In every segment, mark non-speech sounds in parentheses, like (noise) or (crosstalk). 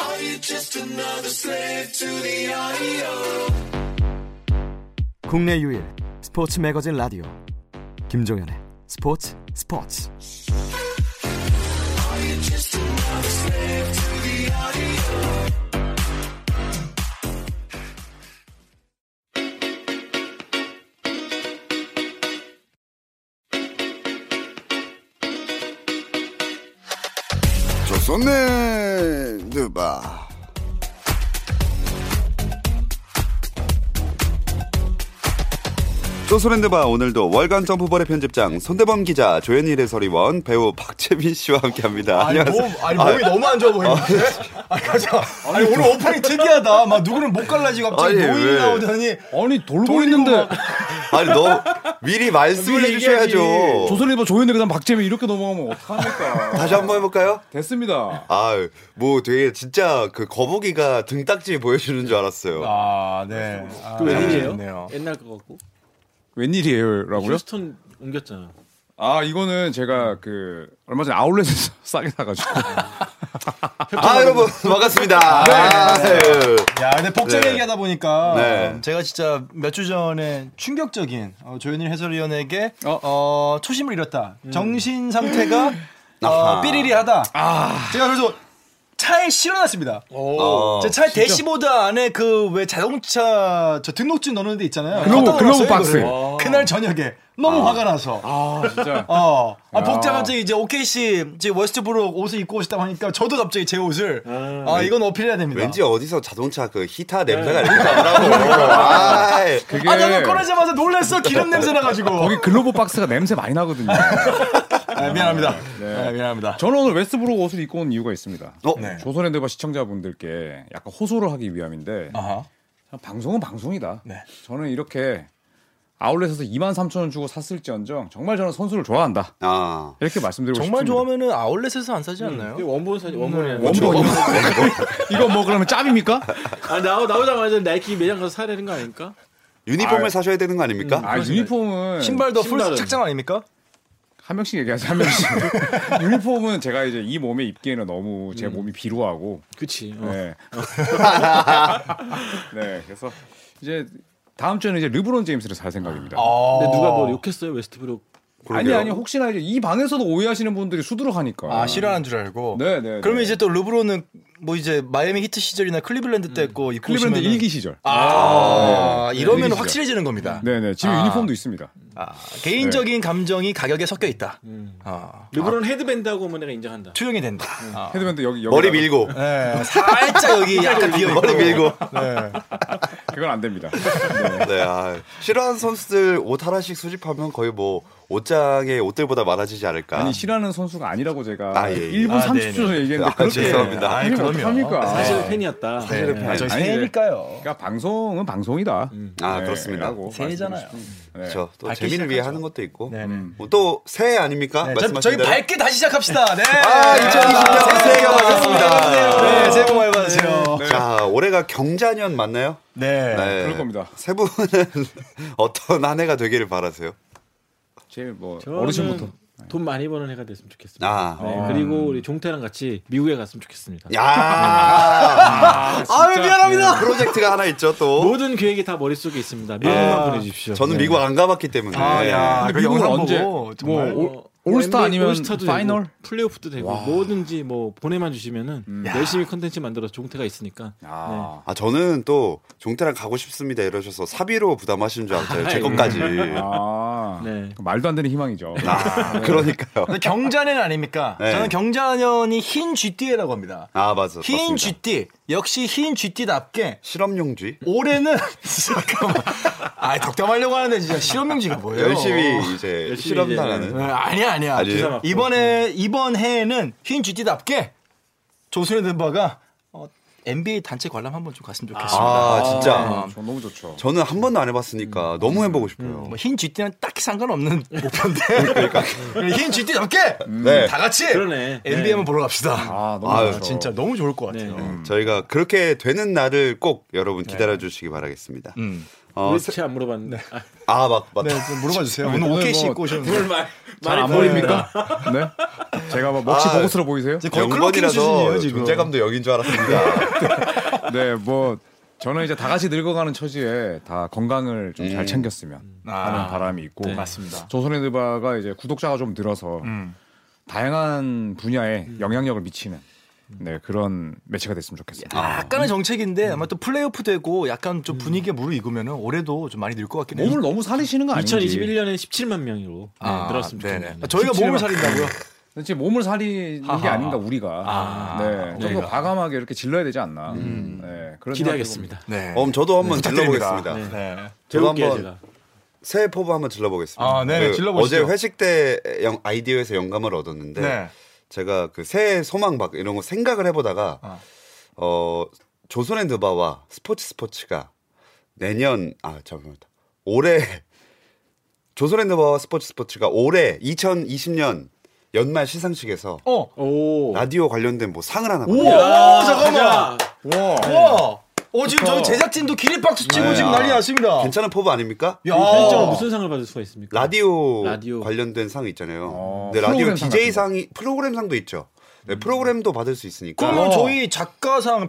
Are you just another slave to the audio? 국내 유일 스포츠 매거진 라디오 김종현의 스포츠 스포츠 조선의 누바. 조선랜드바 오늘도 월간 점프볼의 편집장 손대범 기자 조현일 해설위원 배우 박재민 씨와 함께합니다. 아니, 몸, 아니 몸이 너무 안 좋아 보이는데? 아니, 가자. 아니, 오늘 오프닝 특이하다. 막 누구는 못 갈라지 갑자기 아니, 노인이 왜? 나오더니 아니 돌고 돌리고 있는데 막- 아니 너 미리 말씀을 미리 해주셔야죠. 얘기해야지. 어. 조선일보 조현일 그다음 박재민 이렇게 넘어가면 어떡합니까? (laughs) 다시 한번 해볼까요? 됐습니다. 아, 뭐 되게 진짜 그 거북이가 등딱지 보여주는 줄 알았어요. 아, 네. 아, 웬일이에요? 옛날 거 같고 웬일이에요라고요? 휴스턴 옮겼잖아. 아 이거는 제가 그 얼마 전에 아울렛에서 (laughs) 싸게 사가지고 아, 여러분 반갑습니다. 아, 네. 야, 근데 복잡 네. 얘기하다 보니까 네. 제가 진짜 몇 주 전에 충격적인 어, 조현일 해설위원에게 어? 어? 음. 초심을 잃었다. (laughs) 정신 상태가 어, 아하. 삐리리하다. 제가 그래서 차에 실어놨습니다. 어, 제 차에 대시보드 안에 그 왜 자동차 저 등록증 넣는 데 있잖아요. 글로브- 갖다 글로브 놨어요, 박스. 이거를. 그날 저녁에 너무 화가 나서. 아 진짜 어. 아, 복자 야. 갑자기 이제 오케이 씨 이제 워스트브룩 옷을 입고 오셨다고 하니까 저도 갑자기 제 옷을 아 이건 어필해야 됩니다. 왠지 어디서 자동차 그 히타 냄새가 이렇게 나더라고. 아, 그게 아 나는 꺼내자마자 놀랐어 기름 냄새 나가지고. 거기 글로브 박스가 냄새 많이 나거든요. 네. 아, 미안합니다. 아, 미안합니다. 저는 오늘 웨스브룩 옷을 입고 온 이유가 있습니다. 어? 네. 조선랜드바 시청자분들께 약간 호소를 하기 위함인데 아하. 방송은 방송이다. 네. 저는 이렇게 아울렛에서 2만 3천 원 주고 샀을지언정 정말 저는 선수를 좋아한다. 아. 이렇게 말씀드리고 싶습니다. 정말 음, 좋아하면은 아울렛에서 안 사지 않나요? 그 원본 사진 원본이야. 원본 이거 뭐 그러면 짭입니까? 아 나오 나오자마자 나이키 매장 가서 사야 되는 거 아닙니까? 유니폼을 아. 사셔야 되는 거 아닙니까? 아 유니폼은 신발도 풀 신발은. 착장 아닙니까? 한 명씩 얘기하자 한 명씩 (laughs) 유니폼은 제가 이제 이 몸에 입기에는 너무 제 몸이 비루하고 그치. 어. 네. 네 그래서 이제 다음 주에는 이제 르브론 제임스를 살 생각입니다. 아, 근데 누가 뭐 욕했어요 웨스트브룩? 아니 아니 혹시나 이제 이 방에서도 오해하시는 분들이 수두룩하니까. 아 싫어하는 줄 알고. 네, 네, 그러면 네. 이제 또 르브론은 뭐 이제 마이애미 히트 시절이나 클리블랜드 때 했고 입고 음. 클리블랜드 오시면은- 일기 시절. 아, 네. 이러면 일기 시절. 확실해지는 겁니다. 네네 네. 지금 아. 유니폼도 있습니다. 아, 개인적인 감정이 가격에 섞여 있다. 음. 아, 르브론 헤드밴드하고 오면 내가 인정한다. 투영이 된다. 아. 헤드밴드 여기 여기 머리 밀고. 네, 살짝 여기 아, 약간 비어 있고. (laughs) 네. 머리 밀고. 그건 안 됩니다. 네, 아, 싫어하는 선수들 옷 하나씩 수집하면 거의 뭐 옷장에 옷들보다 많아지지 않을까. 네, 아니 싫어하는 선수가 아니라고 제가 아, 예, 예. 1분 아, 30초 전에 얘기했는데 아, 그렇게 죄송합니다. 아이, 하면 그럼요. 어떡합니까? 사실 아. 팬이었다. 네, 저희 아니, 새해니까요. 그러니까 방송은 방송이다. 음. 네, 아, 그렇습니다. 새해잖아요. 그렇죠. 또 밝기 재미를 위해 시작하죠. 하는 것도 있고. 네, 음. 네. 뭐 또 새해 아닙니까? 네, 저, 말씀하신 저희 대로. 밝게 다시 시작합시다. 네. 아, 2020년 아, 새해가 밝았습니다. 아, 네. 네, 새해 복 많이 받으세요. 자, 올해가 경자년 맞나요? 네. 그럴 겁니다. 세 분은 (laughs) 어떤 한 해가 되기를 바라세요? 제일 뭐 저는 어르신부터. 돈 많이 버는 해가 됐으면 좋겠습니다. 아. 네, 그리고 우리 종태랑 같이 미국에 갔으면 좋겠습니다. 야 아유, 미안합니다. 그 프로젝트가 하나 있죠 또. 모든 계획이 다 머릿속에 있습니다. 미국만 예. 보내주십시오. 네. 저는 미국 안 가봤기 때문에. 네. 아, 야. 근데 그 미국은 영상 언제 보고 뭐 정말- 올- 올스타 아니면 어, 올스타도 파이널? 되고, 플레이오프도 되고 뭐든지 뭐 보내만 주시면은 음. 열심히 컨텐츠 만들어 종태가 있으니까 아. 아 저는 또 종태랑 가고 싶습니다 이러셔서 사비로 부담하시는 줄 알았어요 예. 제 것까지. 아. 네. 말도 안 되는 희망이죠. 네. 아 (laughs) 그러니까요. 근데 경자년 아닙니까? 네. 저는 경자년이 흰 GT라고 합니다. 아 맞아. 흰 맞습니다. GT. 역시 흰 GT답게 실험용쥐. 올해는 (laughs) 잠깐만. 아, 덕담하려고 하는데 진짜 실험용지가 뭐예요? 열심히 이제 열심히 실험 이제, 네, 나가는. 아니야, 아니야. 아니에요? 기사 막- 이번에 이번 해에는 흰 GT답게 조선의 덴바가 어, NBA 단체 관람 한번 좀 갔으면 좋겠습니다. 음. 아 진짜. 아, 저 너무 좋죠. 저는 한 번도 안 해봤으니까 너무 해보고 싶어요. 뭐흰 GT는 딱히 (laughs) 상관없는 목표인데 (laughs) 흰 GT답게 그러니까. 네. 다 같이 그러네. NBA 네. 한번 보러 갑시다. 아, 너무 아유, 좋죠. 진짜 너무 좋을 것 같아요. 저희가 그렇게 되는 날을 꼭 여러분 기다려 주시기 바라겠습니다. 네. 음. 어, 왜 제 안 물어봤는데. 아, 아막 막. 네, 좀 물어봐 주세요. 네, 오늘 오늘 오케이씨 뭐 입고 오셨는데. 그걸 말. 잘 안 보입니까? 네. 제가 막 먹시 아. 보고스러 보이세요? 이제 거의 클로킹 영번이라서 수준이에요 지금. 존재감도 여긴 줄 알았습니다. 네, 뭐 저는 이제 다 같이 늙어가는 처지에 다 건강을 좀 잘 챙겼으면 하는 아, 바람이 있고 네. 맞습니다. 조선의 드바가 이제 구독자가 좀 늘어서 음. 다양한 분야에 영향력을 미치는 네 그런 매체가 됐으면 좋겠습니다. 아. 약간의 정책인데 아마 또 플레이오프 되고 약간 좀 분위기가 무르익으면 올해도 좀 많이 늘 것 같긴 해요. 몸을 너무 사리시는 거 아닌지. 2021년에 17만 명으로 네, 아, 늘었습니다. 네네. 저희가 몸을 살린다고요. 도대체 몸을 사리는 게 하하. 아닌가 우리가. 아, 네. 좀 더 저희가. 과감하게 이렇게 질러야 되지 않나. 네. 그런 기대하겠습니다. (laughs) 네. 그럼 저도 한번 부탁드립니다. 어, 질러보겠습니다. 네. 저도 배울게요, 한번 제가. 새해 포부 한번 질러보겠습니다. 그 아, 네네, 질러보시죠. 어제 회식 때 영- 아이디어에서 영감을 얻었는데 네. 제가 그 새해 소망 막 이런 거 생각을 해보다가 아. 어 조선앤드바와 스포츠 스포츠가 내년 아 잠깐만 올해 (laughs) 조선앤드바와 스포츠 스포츠가 올해 2020년 연말 시상식에서 어. 오. 라디오 관련된 뭐 상을 하나 오, 받았어요. 야, 잠깐만. 가자. 와. 어 지금 저희 제작진도 기립박수 치고 네, 지금 아. 난리 났습니다. 괜찮은 포부 아닙니까? 야. 진짜 무슨 상을 받을 수가 있습니까? 라디오, 라디오. 관련된 상 있잖아요. 어, 네, 라디오 프로그램 상 DJ 같은 상이 프로그램 상도 있죠. 네, 프로그램도 받을 수 있으니까. 음. 그러면 어. 저희 작가상,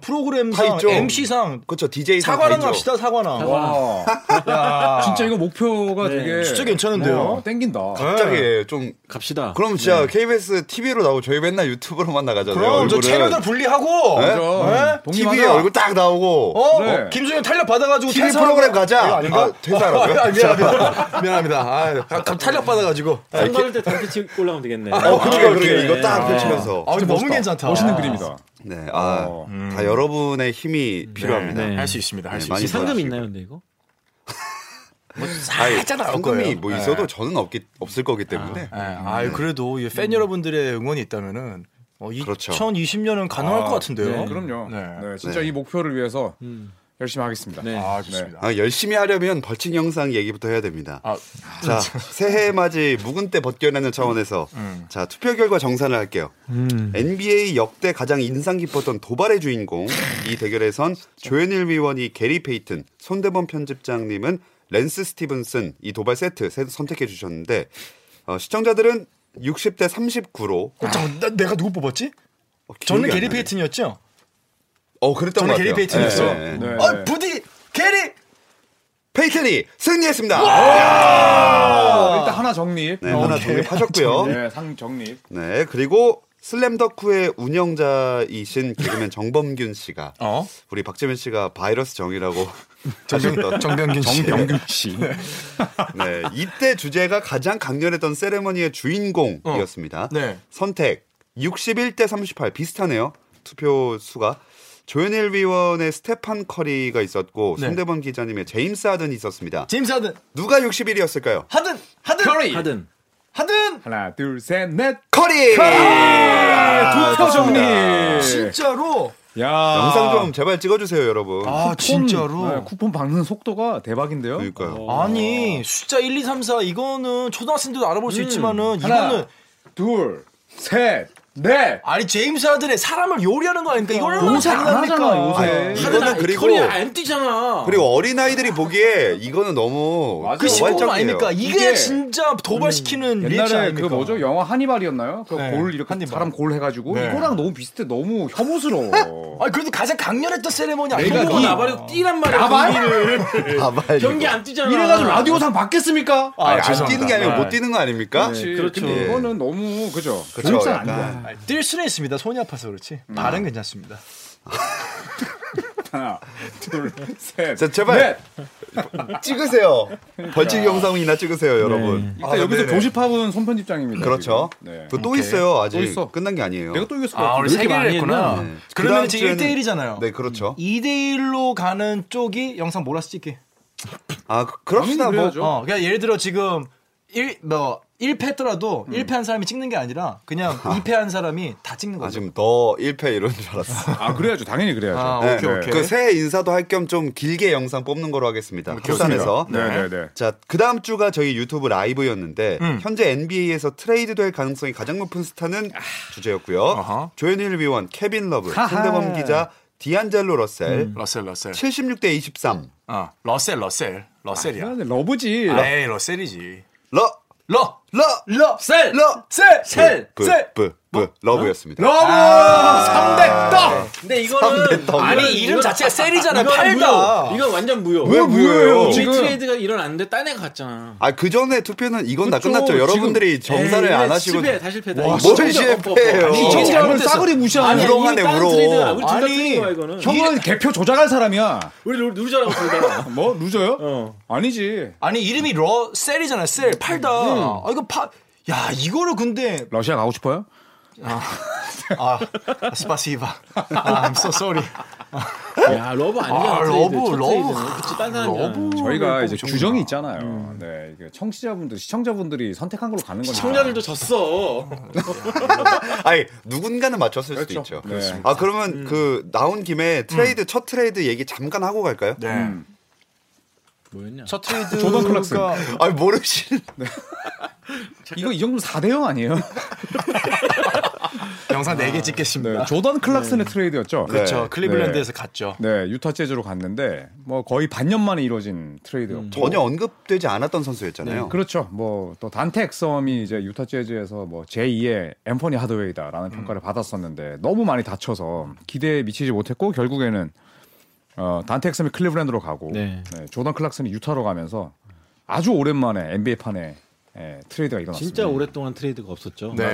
다 프로그램상, 있죠. MC상 그렇죠. DJ 상 사과랑 다 있죠. 갑시다 사과랑. 와. 야. 진짜 이거 목표가 네. 되게 진짜 괜찮은데요? 어, 땡긴다. 네. 갑자기 좀 갑시다. 그럼 진짜 KBS TV로 나오고 저희 맨날 유튜브로만 나가잖아요. 그럼 어, 저 얼굴은. 채널들 분리하고. 네? 맞아. 네? 음, 동기 TV에 많아. 얼굴 딱 나오고 어? 네. 어, 김수현 탄력 받아가지고 TV 퇴사하고- 프로그램 가자. 이거 아닌가? 아, 퇴사하라고요? (laughs) 아, (laughs) 미안합니다. 미안합니다. 아, 가- 가- 탄력 받아가지고. 상 받을 때 단체 치고 올라가면 되겠네. 네. 어, 그러게 아, 그러게 오케이. 이거 딱 아. 펼치면서 아, (laughs) 너무 괜찮다. 멋있는 그림이다. 네, 아, 어. 다 여러분의 힘이 필요합니다. 네. 할 수 있습니다. 할 수 네, 많이 혹시 있습니다. 상금 받아가지고. 있나요, 근데 이거? 아니, 살짝 나올 상금이 거예요. 뭐 있어도 저는 없기 없을 거기 때문에 예, 아유, 그래도 이팬 여러분들의 응원이 있다면은 어, 음. 그렇죠. 2020년은 가능할 아, 것 같은데요. 네, 그럼요. 네. 네. 진짜 이 목표를 위해서 열심히 하겠습니다. 네. 아, 좋습니다. 아, 열심히 하려면 벌칙 영상 얘기부터 해야 됩니다. 아, 자, 새해 맞이 묵은 때 벗겨내는 차원에서 음. 자 투표 결과 정산을 할게요. NBA 역대 가장 인상 깊었던 도발의 주인공 이 대결에선 조현일 위원이 게리 페이튼, 손대범 편집장님은 랜스 스티븐슨 이 도발 세트 세- 선택해 주셨는데 어, 시청자들은 60대 39로 네. 어, 잠깐, 나, 내가 누구 뽑았지? 저는 게리 페이튼이었죠. 어 그랬던 저는 것 같아요. 게리 페이튼이었어. 네, 네, 네. 네. 어, 부디 게리 페이튼이 승리했습니다. 아, 일단 하나 정립. 네, 하나 정립하셨고요. 네, 상 정립. 네, 그리고 슬램덕후의 운영자이신 개그맨 정범균 씨가 어? 우리 박재민 씨가 바이러스 정이라고 정병, 하셨던 정병균 씨. 정병균 씨. 네, 이때 주제가 가장 강렬했던 세레머니의 주인공이었습니다. 네. 선택 61대 38 비슷하네요. 투표 수가 조현일 위원의 스테판 커리가 있었고 네. 손대범 기자님의 제임스 하든이 있었습니다. 제임스 하든, 누가 61이었을까요? 하든, 하든, 하든. 하든. 하나, 둘, 셋, 넷. 커리! 아, 두표 정립. 예. 좋습니다. 네. 진짜로. 야. 영상 아. 좀 제발 찍어주세요, 여러분. 아, 진짜로. 네, 쿠폰 박는 속도가 대박인데요. 그러니까요. 아니 숫자 1, 2, 3, 4 이거는 초등학생들도 알아볼 수 있지만은 음. 하나, 이거는 둘, 셋, 넷. 아니 제임스 하든의 사람을 요리하는 거 아닙니까? 이거 얼마나 어. 요새 안 하잖아, 잘합니까 요새. 요새. 이거는 하든 그리고- 그리고 안 뛰잖아. 그리고 어린아이들이 보기에 이거는 너무 맞아요. 그 시공 노발적이에요. 아닙니까? 이게, 이게 음. 진짜 도발시키는 리액션 옛날에 그 아닙니까? 뭐죠? 영화 하니발이었나요? 그 네, 골 이렇게 한니발. 사람 골 해가지고 네. 이거랑 너무 비슷해. 너무 (laughs) 혐오스러워. 아니 그래도 가장 강렬했던 세레머니 내가 아니고 이- 나발이고 뛰란 말이야. 그 나발? 경기를. 봐봐요. 경기 안 뛰잖아. 이래가지고 라디오상 받겠습니까? 아, 네. 안 죄송합니다. 뛰는 게 예. 아니고 못 뛰는 거 아닙니까? 그렇지. 그렇죠. 근데 예. 이거는 너무 그죠. (laughs) 그렇죠. 교육상 안 약간. 돼. 아니, 뛸 수는 있습니다. 손이 아파서 그렇지. 음. 발은 괜찮습니다. 하나, 둘, 셋. 자, 제발. 넷. 찍으세요. 네. 벌칙 영상이나 찍으세요, 여러분. 아, 일단 여기서 아, 네네. 조시팝은 손편집장입니다. 그렇죠. 지금. 네. 그또 있어요. 아직 또 있어. 끝난 게 아니에요. 내가 또 이겼을 것 같은데. 세 개를 했구나. 네. 그러면 그다음 지금 주에는- 1대1이잖아요. 네, 그렇죠. 2대1로 가는 쪽이 영상 몰아서 찍기. 아, 그- 그럽시다. 당연히 뭐. 그래야죠. 어, 그러니까 예를 들어 지금 1, 뭐 1패 했더라도 1패 한 사람이 찍는 게 음. 아니라 그냥 2패 한 사람이 다 찍는 아, 거죠. 지금 더 1패 이런 줄 알았어. 아 그래야죠. 당연히 그래야죠. 아, 어? 네. 오케이, 오케이. 그 새해 인사도 할 겸 좀 길게 영상 뽑는 거로 하겠습니다. 합산해서. 네네네. 네. 자, 그 다음 주가 저희 유튜브 라이브였는데 음. 현재 NBA에서 트레이드 될 가능성이 가장 높은 스타는 주제였고요. 아하. 조현일 위원, 케빈 러브, 손대범 기자, 디안젤로 러셀, 러셀 러셀. 76대 23. 어, 러셀 러셀 러셀이야. 아, 러브지. 네. 에이 러셀이지. 러, 러 러, 러, 셀! 러, 셀, 그. 셀, 브, 셀. 브, 브, 러브였습니다. 러브 아, 삼대 네. 떡. 근데 이거는 아니 이름 자체가 셀이잖아. 팔다. 이건 완전 무효. 왜 무효예요? 우리 지금? 트레이드가 일어났는데 딴 애가 갔잖아. 아, 그 전에 투표는 이건 다 그쵸, 끝났죠. 지금. 여러분들이 정사를 에이, 안 하시고. 네, 실패, 다 실패다. 와, 이거 뭘 진짜 실패예요. 뻔뻔뻔. 이게 정답을 잘못됐어. 싸그리 아니, 무시하는. 울어. 우롱한 이거 애 딴 울어. 트레이드가 우리 둘다 아니, 틀린 거야 이거는. 형은 대표 조작할 사람이야. 우리 루- 루저라고 불러. 뭐 루저요? 어. 아니지. 아니 이름이 러 셀이잖아. 셀 팔다. 아 이거 파. 야 이거를 근데 러시아 가고 싶어요? 아 (laughs) 스파시바. 아, I'm so (laughs) sorry. 야 러브 아니야. 아 러브 러브. 그치 딴 사람이야. 어, 저희가 이제 규정이 있잖아요. 음. 네, 이게 청취자분들, 시청자분들이 선택한 걸로 가는 거니까. 청자들도 졌어. 아니, 누군가는 맞췄을 수도 그렇죠. 있죠. 네. 아, 그러면 그 나온 김에 트레이드, 첫 트레이드 얘기 잠깐 하고 갈까요? 네. 뭐였냐? 첫 트레이드가 조던 클락슨. 아니, 모르시는. 이거 이 정도면 4대 0 아니에요? (laughs) 영상 4개 찍겠습니다. 네, 조던 클락슨의 트레이드였죠. 그렇죠. 네. 클리블랜드에서 갔죠. 네, 유타 재즈로 갔는데 뭐 거의 반년 만에 이루어진 트레이드였고. 전혀 언급되지 않았던 선수였잖아요. 그렇죠. 뭐 또 단테 엑섬이 이제 유타 재즈에서 뭐 제2의 앰퍼니 하드웨이다라는 평가를 받았었는데 너무 많이 다쳐서 기대에 미치지 못했고 결국에는 어, 단테 엑섬이 클리블랜드로 가고 네. 네, 조던 클락슨이 유타로 가면서 아주 오랜만에 NBA 판에 예, 트레이드가 일어났습니다. 진짜 오랫동안 트레이드가 없었죠. 네.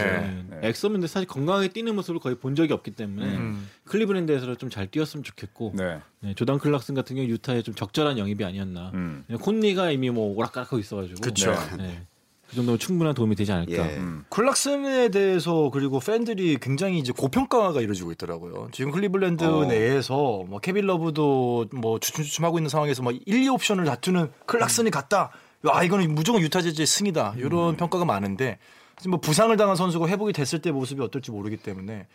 네. 엑서맨데 사실 건강하게 뛰는 모습을 거의 본 적이 없기 때문에 클리브랜드에서 좀 잘 뛰었으면 좋겠고 네. 네, 조던 클락슨 같은 경우 유타에 좀 적절한 영입이 아니었나. 음. 네, 콘리가 이미 뭐 오락가락하고 있어가지고 그쵸. 네. 그 정도면 충분한 도움이 되지 예. 않을까. 클락슨에 대해서 그리고 팬들이 굉장히 이제 고평가가 이루어지고 있더라고요. 지금 클리블랜드 어. 내에서 뭐 케빈 러브도 뭐 주춤주춤하고 있는 상황에서 뭐 1, 2 옵션을 다투는 음. 클락슨이 갔다. 아 이거는 무조건 유타 재즈의 승이다. 이런 평가가 많은데 지금 뭐 부상을 당한 선수가 회복이 됐을 때 모습이 어떨지 모르기 때문에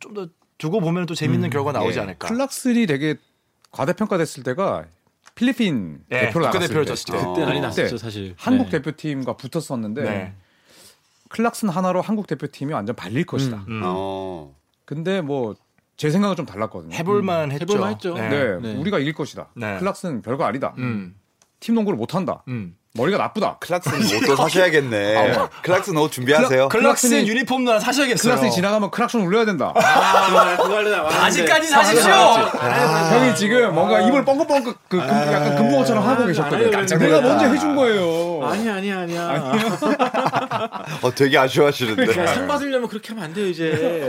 좀 더 두고 보면 또 재밌는 결과 나오지 예. 않을까. 음. 클락슨이 되게 과대평가됐을 때가 필리핀 예, 대표로 나갔을 국가대표를 때. 쳤을 때. 그때 난리 났었죠 그때 사실. 한국 네. 대표팀과 붙었었는데 네. 클락슨 하나로 한국 대표팀이 완전 발릴 것이다. 음. 어. 근데 뭐 제 생각은 좀 달랐거든요. 음. 해볼만 했죠. 해볼만 했죠. 네. 네, 네. 우리가 이길 것이다. 네. 클락슨 별거 아니다. 음. 팀 농구를 못한다. 음. 머리가 나쁘다. 그렇죠. 클락슨 옷도 사셔야겠네. 클락슨 옷 준비하세요. 어. 클락슨 클락슨이- 유니폼도 하나 사셔야겠어요. 클락슨이 지나가면 클락슨 울려야 된다. 아, 그거 하려다 말았는데. 아직까지 네. 사십시오. 형이 지금 뭔가 입을 뻥긋뻥긋 그 금- 약간 금붕어처럼 하고 아, 계셨거든요. 깜짝 내가 놀랐다. 먼저 해준 거예요. 아니야 아니야 아니야. 어, 되게 야, 그러니까. 아쉬워하시는데. 네. 상 받으려면 그렇게 하면 안 돼요 이제. 네.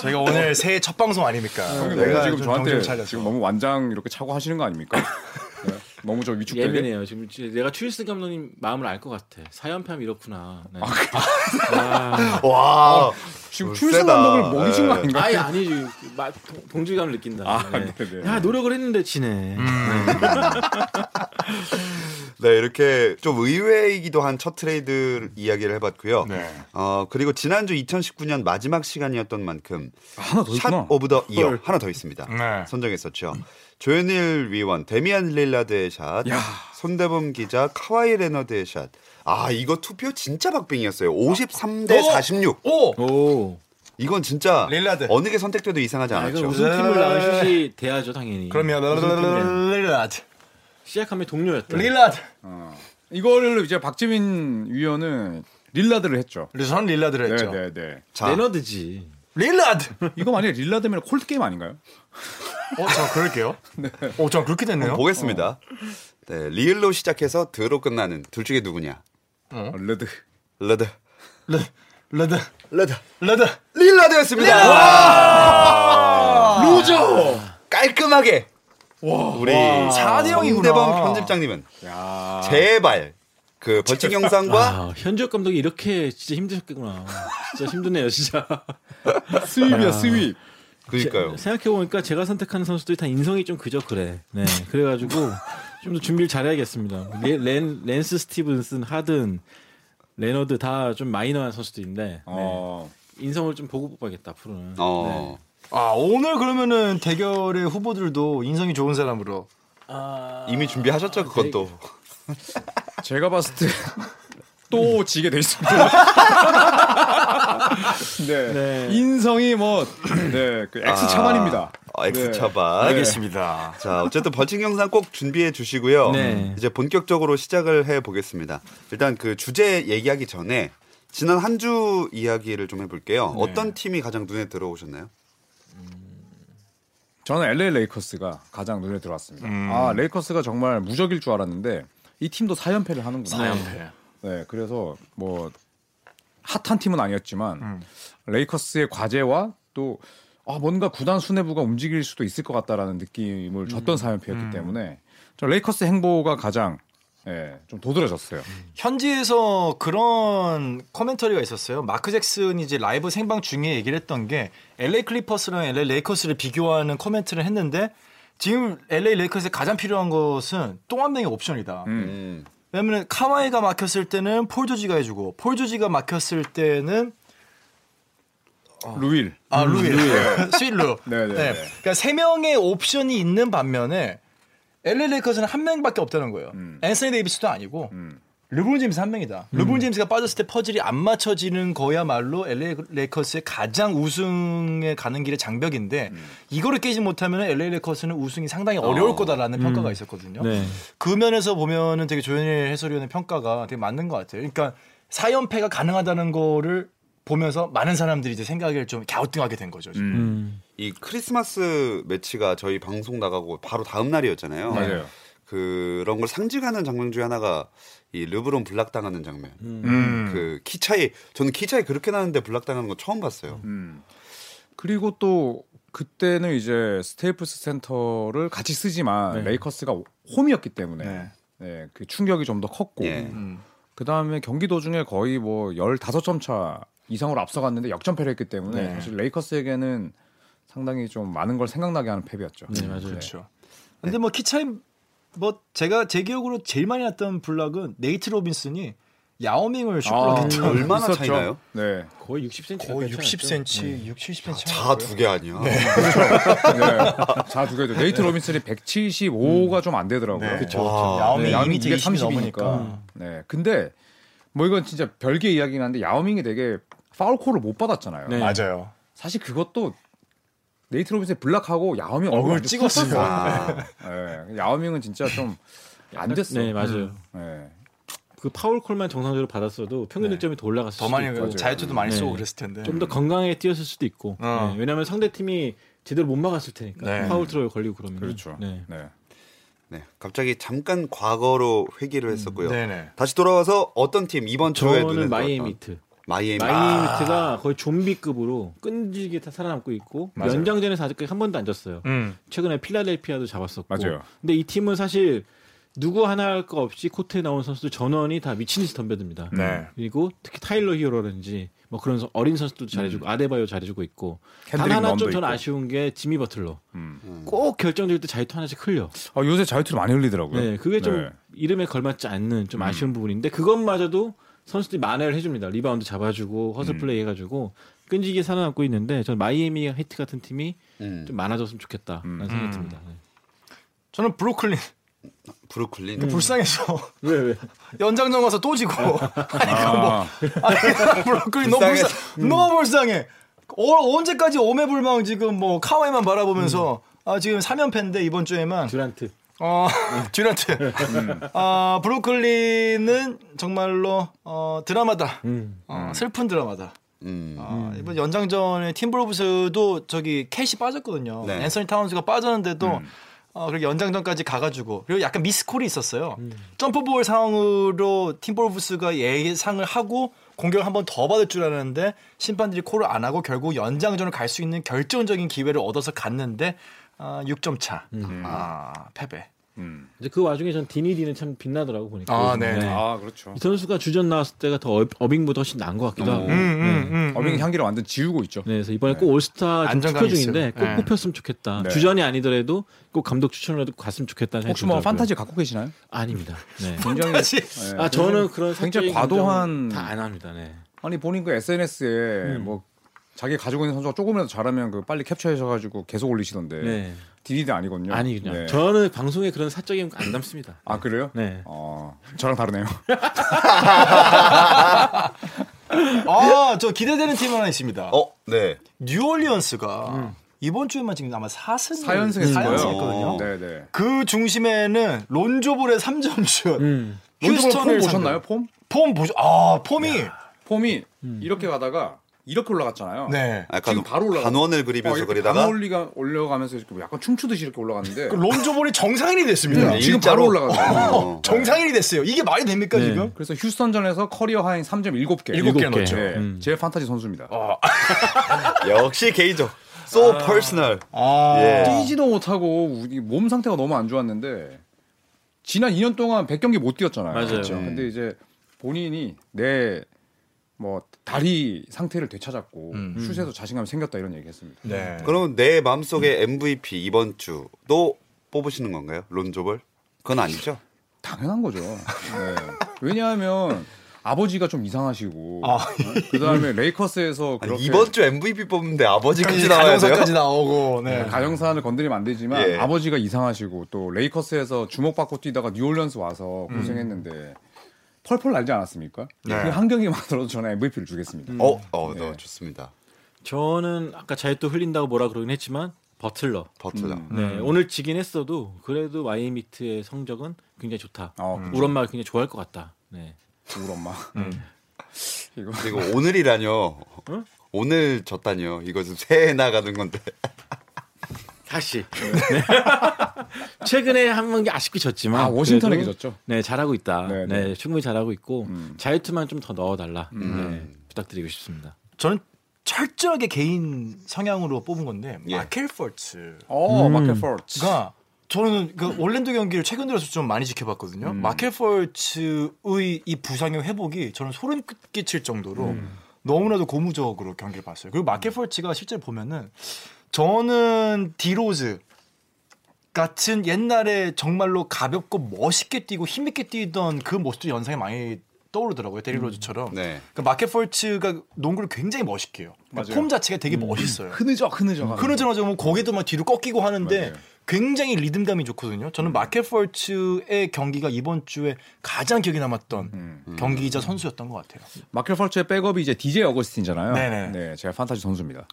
저희가 오늘 새해 첫 방송 아닙니까? 네. 형이 내가 너무 지금 좀 저한테 정신 차려서. 지금 너무 완장 이렇게 차고 하시는 거 아닙니까? 네. 너무 저 위축되게. 예민해요. 지금 지- 내가 추일스 감독님 마음을 알 것 같아. 사연패하면 이렇구나. 네. 아, 와. 지금 어, 출산 세다. 감독을 먹이신 거 네. 아닌가? 아예 아니지. 마- 동- 동질감을 느낀다. 아, 네. 네네. 야 노력을 했는데 지네. 네, 이렇게 좀 의외이기도 한 첫 트레이드 이야기를 해봤고요. 네. 어, 그리고 지난주 2019년 마지막 시간이었던 만큼 하나 더 샷 있구나. 오브 더 이어 하나 더 있습니다. 네. 선정했었죠. 조현일 위원, 데미안 릴라드의 샷, 야. 손대범 기자, 카와이 레너드의 샷. 아, 이거 투표 진짜 박빙이었어요. 53대 46. 오! 오. 이건 진짜 릴라드. 어느 게 선택돼도 이상하지 아, 이건 않았죠. 우승 팀을 나온 슛이 돼야죠 당연히. 그러면 우승 팀이네. 릴라드. 시작하면 동료였다. 릴라드. 이거를 이제 박지민 위원은 릴라드를 했죠. 르선 릴라드를 했죠. 네, 네, 네. 자, 레너드지. 릴라드. 이거 만약에 릴라드면 콜드 게임 아닌가요? (laughs) 어, 저 (laughs) 그럴게요. 오, 저 그렇게 됐네요. 어. 보겠습니다. 네, 리을로 시작해서 드로 끝나는 둘 중에 누구냐? 아, 릴라드. 레드, 르- 릴라드. 레드, 릴라드. 릴라드였습니다. 로저. 깔끔하게 우리 사대 영이구나. 손대범 편집장님은 제발 그 벌칙 영상과 아, 현지혁 감독이 이렇게 진짜 힘드셨겠구나. 진짜 힘드네요, 진짜. 스윕이야, 스윕. 그니까요. 생각해 보니까 제가 선택하는 선수들이 다 인성이 좀 그저 그래. 네, 그래가지고 좀 더 준비를 잘해야겠습니다. 레- 렌 랜스 스티븐슨, 하든, 레너드 다 좀 마이너한 선수들인데 네. 어. 인성을 좀 보고 뽑아야겠다 앞으로는. 어. 아, 오늘 그러면은 대결의 후보들도 인성이 좋은 사람으로. 네. 이미 준비하셨죠 그것도. 제가 봤을 (laughs) 때 또 지게 돼 (laughs) 있습니다. 네. 네. 인성이 뭐, 네, 그 네, X 차만입니다. 아, X 차반. 알겠습니다. 자, 어쨌든 벌칙 영상 꼭 준비해 주시고요. 네. 이제 본격적으로 시작을 해 보겠습니다. 일단 그 주제 얘기하기 전에 지난 한 주 이야기를 좀 해볼게요. 네. 어떤 팀이 가장 눈에 들어오셨나요? 저는 LA 레이커스가 가장 눈에 들어왔습니다. 아 레이커스가 정말 무적일 줄 알았는데 이 팀도 4연패를 하는구나. 네, 그래서 뭐 핫한 팀은 아니었지만 레이커스의 과제와 또 아, 뭔가 구단 수뇌부가 움직일 수도 있을 것 같다라는 느낌을 줬던 4연패였기 때문에 저 레이커스 행보가 가장 예, 좀 도드라졌어요. 음. 현지에서 그런 커멘터리가 있었어요. 마크 잭슨이 이제 라이브 생방 중에 얘기를 했던 게 LA 클리퍼스랑 LA 레이커스를 비교하는 커멘트를 했는데 지금 LA 레이커스에 가장 필요한 것은 똥 한 명의 옵션이다. 음. 왜냐면 카와이가 막혔을 때는 폴 조지가 해주고 폴 조지가 막혔을 때는 루일. 아 루이 (laughs) 스윌루 네, 네, 네. 그러니까 세 명의 옵션이 있는 반면에 LA 레이커스는 한 명밖에 없다는 거예요. 앤서니 데이비스도 아니고 르브론 제임스 한 명이다. 르브론 제임스가 빠졌을 때 퍼즐이 안 맞춰지는 거야말로 LA 레이커스의 가장 우승에 가는 길의 장벽인데 이거를 깨지 못하면 LA 레이커스는 우승이 상당히 어려울 거다라는 평가가 있었거든요. 네. 그 면에서 보면은 되게 조현일 해설위원의 평가가 되게 맞는 것 같아요. 그러니까 4연패가 가능하다는 거를 보면서 많은 사람들이 이제 생각을 좀 갸우뚱하게 된 거죠. 지금. 음. 이 크리스마스 매치가 저희 방송 나가고 바로 다음 날이었잖아요. 맞아요. 그런 걸 상징하는 장면 중에 하나가 이 르브론 블락 당하는 장면. 음. 그 키 차이 저는 키 차이 그렇게 나는데 블락 당하는 거 처음 봤어요. 음. 그리고 또 그때는 이제 스테이플스 센터를 같이 쓰지만 네. 레이커스가 홈이었기 때문에 네. 네. 그 충격이 좀 더 컸고 예. 음. 그다음에 경기 도중에 거의 뭐 15점 차 이상으로 앞서갔는데 역전패를 했기 때문에 네. 사실 레이커스에게는 상당히 좀 많은 걸 생각나게 하는 패배였죠. 네, 맞아요. 그렇죠. 근데 뭐 키차이 뭐 제가 제 기억으로 제일 많이 났던 블락은 네이트 로빈슨이 야오밍을 슈퍼로 했죠. 아, 얼마나 있었죠. 차이나요? 네. 거의 60cm. 거의 60cm, 60, 70cm. 자 두 개 아니야. 네. 자, 두 개죠. 네이트 로빈슨이 175가 좀 안 되더라고요. 그렇죠. 와. 야오밍 네, 이미 야오밍 2 30 30이 넘으니까. 넘으니까. 네. 근데 뭐 이건 진짜 별개 이야기긴 한데 야오밍이 되게 파울콜을 못 받았잖아요. 네. 맞아요. 사실 그것도 네이트 로빈슨이 블락하고 야오밍 얼굴 찍었어요. 아, 네. 야오밍은 진짜 좀 안 됐어. 네, 네. 맞아요. 그 파울콜만 정상적으로 받았어도 평균 네. 득점이 더 올라갔을 더 수도 많이 있고 자유투도 많이 네. 쏘고 그랬을 텐데. 좀 더 건강하게 뛰었을 수도 있고 어. 네, 왜냐하면 상대팀이 제대로 못 막았을 테니까 네. 파울 트로에 걸리고 그러면 그렇죠. 네. 네. 네, 갑자기 잠깐 과거로 회기를 했었고요. 네네. 다시 돌아와서 어떤 팀 이번 주에 눈에 저는 들어왔던? 마이애미트 예, 마이애미. 아, 마이애미트가 아. 거의 좀비급으로 끈질기게 다 살아남고 있고 맞아요. 연장전에서 아직까지 한 번도 안 졌어요 음. 최근에 필라델피아도 잡았었고 맞아요. 근데 이 팀은 사실 누구 하나 할 거 없이 코트에 나온 선수들 전원이 다 미친 듯이 덤벼듭니다 네. 그리고 특히 타일러 히어로라든지 뭐 그런 선- 어린 선수도 잘해주고 아데바요 잘해주고 있고 단 켄드릭 하나 럼도 좀 저는 음. 있고. 아쉬운 게 지미 버틀러 음. 꼭 결정될 때 자유투 하나씩 흘려 아, 요새 자유투를 많이 흘리더라고요. 네 그게 좀 네. 이름에 걸맞지 않는 좀 아쉬운 부분인데 그것마저도 선수들이 만회를 해줍니다 리바운드 잡아주고 허슬 플레이 해가지고 끈질기게 살아남고 있는데 저는 마이애미 히트 같은 팀이 음. 좀 많아졌으면 좋겠다라는 생각이 듭니다 네. 저는 브루클린 브루클린. 음. 불쌍해서 (laughs) 왜 왜? 연장전 가서 또 지고 아니 그거 뭐 아, 아니 브로콜리 너무 불쌍 불쌍해서. 너무 불쌍해 어, 언제까지 오매불망 지금 뭐 카와이만 바라보면서 아 지금 3연패인데 이번 주에만 듀란트 어 (laughs) 듀란트 아 브로콜리는 정말로 어 드라마다 음. 어, 슬픈 드라마다 음. 아, 이번 연장전에 팀브로브스도 저기 캣이 빠졌거든요. 네. 음. 앤서니 타운스가 빠졌는데도 어, 그리고 연장전까지 가가지고 그리고 약간 미스콜이 있었어요. 음. 점프볼 상황으로 팀브로브스가 예상을 하고 공격을 한 번 더 받을 줄 알았는데 심판들이 콜을 안 하고 결국 연장전을 갈 수 있는 결정적인 기회를 얻어서 갔는데 아, 6점 차 음. 아, 패배. 이제 그 와중에 전 디니디는 참 빛나더라고 보니까 아, 네. 아, 그렇죠. 이 선수가 주전 나왔을 때가 더 어- 어빙보다 훨씬 나은 것 같기도 음. 하고 음, 어빙 향기를 완전 지우고 있죠. 네, 그래서 이번에 꼭 올스타 지금 안정감이 투표 중인데 있어요. 꼭 네. 뽑혔으면 좋겠다. 네. 주전이 아니더라도 꼭 감독 추천으로도 갔으면 좋겠다는 생각이 혹시 뭐 들더라고요. 판타지 갖고 계시나요? 아닙니다. 네. 굉장히 다시 네. 아 저는 그런 굉장히 사적인 과도한- 감정은 다안 합니다. 네. 아니 본인 그 SNS에 뭐 자기 가지고 있는 선수가 조금이라도 잘하면 그 빨리 캡처하셔가지고 계속 올리시던데 네. 디디드 아니거든요. 아니 그냥 네. 저는 방송에 그런 사적인 거 안 담습니다. 아 그래요? 네. 어 저랑 다르네요. 아, 저 기대되는 팀 하나 있습니다. 어, 음. 네. 뉴올리언스가 이번 주에만 지금 아마 4승 사연승 했거든요. 했어요. 네네. 그 중심에는 론조볼의 3점슛. 음. 론조볼 폼 보셨나요? 폼? 폼 보죠. 아, 폼이 폼이 이렇게 가다가 이렇게 올라갔잖아요. 네. 아, 지금 바로 올라가. 단원을 그리면서 이렇게 그리다가 반올리가 올려가면서 이렇게 약간 춤추듯이 이렇게 올라갔는데 그 론조볼이 정상인이 됐습니다. 네. 지금 바로 올라가죠. 어. (laughs) 정상인이 됐어요. 이게 말이 됩니까 네. 지금? 그래서 휴스턴전에서 커리어 하인 3.7개. 일곱 개 개. 넣었죠. 네, 제 판타지 선수입니다. 역시 개이죠. So personal. 아, 예. 뛰지도 못하고 우리 몸 상태가 너무 안 좋았는데 지난 2년 동안 100경기 못 뛰었잖아요. 맞아요. 그렇죠. 근데 이제 본인이 내 뭐 다리 상태를 되찾았고 슛에도 자신감이 생겼다 이런 얘기했습니다. 네. 그럼 내 마음속의 MVP 이번 주도 뽑으시는 건가요? 론조볼? 그건 아니죠. 당연한 거죠. 네. 왜냐하면 아버지가 좀 이상하시고 아. 그 다음에 레이커스에서 아니, 그렇게 이번 주 MVP 뽑는데 아버지까지 나와야 돼요? 가정사까지 나오고. 네. 가정 사안을 건드리면 안 되지만 예. 아버지가 이상하시고 또 레이커스에서 주목받고 뛰다가 뉴올리언스 와서 고생했는데 펄펄 날지 않았습니까? 그 한 경기만 들어도 저는 MVP를 주겠습니다. 어, 어, 너 좋습니다. 저는 아까 자유투 흘린다고 뭐라 그러긴 했지만 버틀러. 버틀러. 네, 오늘 지긴 했어도 그래도 마이미트의 성적은 굉장히 좋다. 아, 그죠. 우리 엄마가 굉장히 좋아할 것 같다. 네. 우울 엄마. 음. 이거 그리고 오늘이라뇨. 오늘 졌다뇨. 이거 지금 새해 나가는 건데. 다시. 네. (laughs) 최근에 한 번이 아쉽게 졌지만 아, 워싱턴에게 그래도, 졌죠? 네, 잘하고 있다. 네, 네, 음. 네. 충분히 잘하고 있고 자유투만 좀 더 넣어 달라. 네, 부탁드리고 싶습니다. 저는 철저하게 개인 성향으로 뽑은 건데 예. 마켈 펄츠. 어 마켓 포츠. 가 저는 그 올랜도 경기를 최근 들어서 좀 많이 지켜봤거든요. 음. 마켈펄츠의 이 부상의 회복이 저는 소름 끼칠 정도로 음. 너무나도 고무적으로 경기를 봤어요. 그리고 마켈펄츠가 실제로 보면은 저는 디로즈 같은 옛날에 정말로 가볍고 멋있게 뛰고 힘있게 뛰던 그 모습도 연상이 많이 떠오르더라고요. 음. 데리로즈처럼. 네. 그 마켓폴츠가 농구를 굉장히 멋있게 해요. 그러니까 맞아요. 음. 폼 자체가 되게 멋있어요. 흐느적 흐느적. 하는 거. 그러자마자 뭐 고개도 막 뒤로 꺾이고 하는데 맞아요. 굉장히 리듬감이 좋거든요. 저는 마켓폴츠의 경기가 이번 주에 가장 기억에 남았던 경기이자 선수였던 것 같아요. 마켓 포츠의 백업이 이제 DJ 어거스틴잖아요. 네네. 네, 제가 판타지 선수입니다.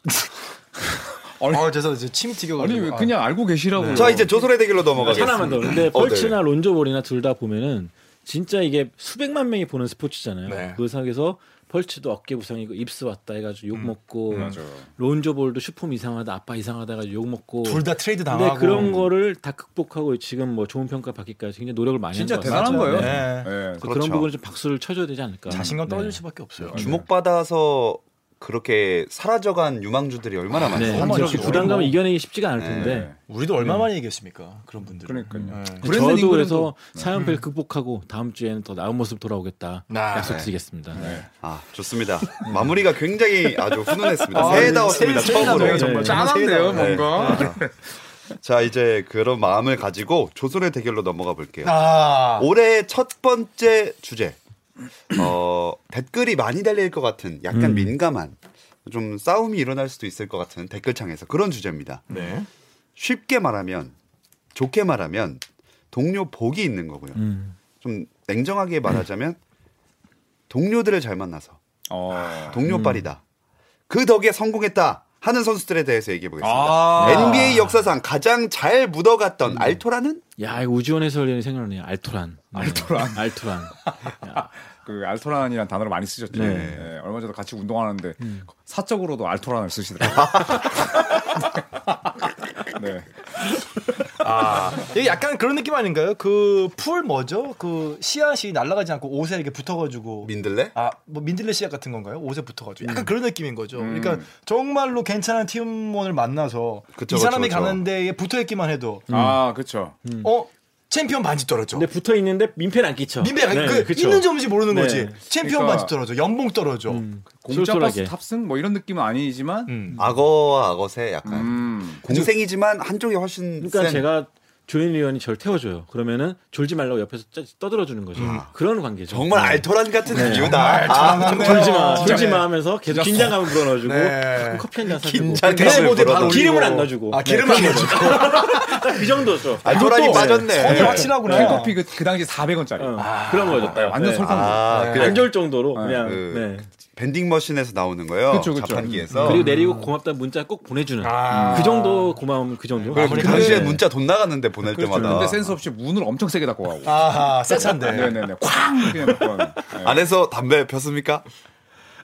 아, 죄송해요. 제가 침이 아니 튀겨가지고. 왜 그냥 알고 계시라고. 자, 이제 조선의 대결로 넘어가겠습니다. 하나만 더. 근데 어, 네. 펄츠나 론조볼이나 둘 다 보면은 진짜 이게 수백만 명이 보는 스포츠잖아요. 네. 그 상에서 펄츠도 어깨 부상이고 입스 왔다 해가지고 욕 먹고 음, 맞아요. 론조볼도 슈폼 이상하다 아빠 이상하다 해가지고 욕 먹고 둘 다 트레이드 근데 당하고. 그런 거를 다 극복하고 지금 뭐 좋은 평가 받기까지 굉장히 노력을 많이 진짜 한것 같습니다. 대단한 거예요. 네. 네. 그래서 그런 그렇죠. 부분에 좀 박수를 쳐줘야 되지 않을까. 자신감 떨어질 네. 수밖에 없어요. 주목받아서 그렇게 사라져간 유망주들이 얼마나 많아요. 네, 정말 역시 어려워. 부담감을 이겨내기 쉽지가 않을 텐데. 네. 우리도 얼마만에 얘기했습니까? 그런 분들. 그러니까요. 네. 브랜든 저도 잉그램도- 그래서 사연패를 극복하고 다음 주에는 더 나은 모습 돌아오겠다 아, 약속드리겠습니다. 아, 좋습니다. 마무리가 굉장히 아주 훈훈했습니다. 새해다웠습니다. 처음으로. 네. 새해다워요, 정말. 짠한데요 뭔가. 아, 자, 이제 그런 마음을 가지고 조선의 대결로 넘어가 볼게요. 아, 올해 첫 번째 주제. 어, 댓글이 많이 달릴 것 같은 약간 민감한 좀 싸움이 일어날 수도 있을 것 같은 댓글창에서 그런 주제입니다. 네. 쉽게 말하면 좋게 말하면 동료 복이 있는 거고요. 좀 냉정하게 말하자면 동료들을 잘 만나서 어. 동료빨이다. 그 덕에 성공했다 하는 선수들에 대해서 얘기해 보겠습니다. 아. NBA 역사상 가장 잘 묻어갔던 알토라는 야 이거 우지원 해설위원이 생각나네요. 알토란. 알토란. 알토란. 야, 그 알토란이란 단어를 많이 쓰셨죠. 네. 네, 얼마 전에도 같이 운동하는데 사적으로도 알토란을 쓰시더라고요. 네. 이게 약간 그런 느낌 아닌가요? 그 풀 뭐죠? 그 씨앗이 날아가지 않고 옷에 이렇게 붙어가지고 민들레? 아 뭐 민들레 씨앗 같은 건가요? 옷에 붙어가지고 음. 약간 그런 느낌인 거죠. 그러니까 정말로 괜찮은 팀원을 만나서 그쵸, 이 사람이 그쵸, 그쵸. 가는 데에 붙어있기만 해도 아, 그렇죠. 음. 어 챔피언 반지 떨어져. 근데 붙어 있는데 민폐는 안 끼쳐. 민배 약간 네, 그 그쵸. 있는지 없는지 모르는 네. 음. 거지. 챔피언 그러니까- 반지 떨어져. 연봉 떨어져. 그 공짜 버스 쏠쏠하게. 탑승 뭐 이런 느낌은 아니지만 음. 악어와 악어새 약간 음. 공생이지만 한쪽이 훨씬 그러니까 센. 제가 조인 위원이 저를 태워줘요. 그러면은 졸지 말라고 옆에서 짜- 떠들어주는 거죠. 그런 관계죠. 정말 네. 알토란 같은 이유다. 아, 정말 졸지 마, 진짜. 졸지 마 하면서 계속 긴장감을 불어넣어주고 네. 커피 한 잔 사주고 긴장감을 대신에 불어넣어. 기름을 안 넣어주고 네, 아 기름 안 넣어주고. (laughs) 딱그 정도죠. 알토란이 손이 빠졌네. 확실하구나. 필커피 음. 그, 그 당시 400원짜리. 어, 그런 거였다. 완전 설탕. 아, 그래. 안 좋을 정도로 그냥 그 네. 밴딩 머신에서 나오는 거예요. 그쵸, 그쵸. 자판기에서. 음. 그리고 내리고 고맙다 문자 꼭 보내주는 아. 그 정도 고마움 그 정도. 그래, 아무리 당시에 근데- 문자 돈 나갔는데 보낼 때마다 그렇죠. 근데 센스 없이 문을 엄청 세게 닫고 가고. 아하 세찬데. 네네네. 쾅 그냥 닫고 가는. 네. 안에서 담배 폈습니까?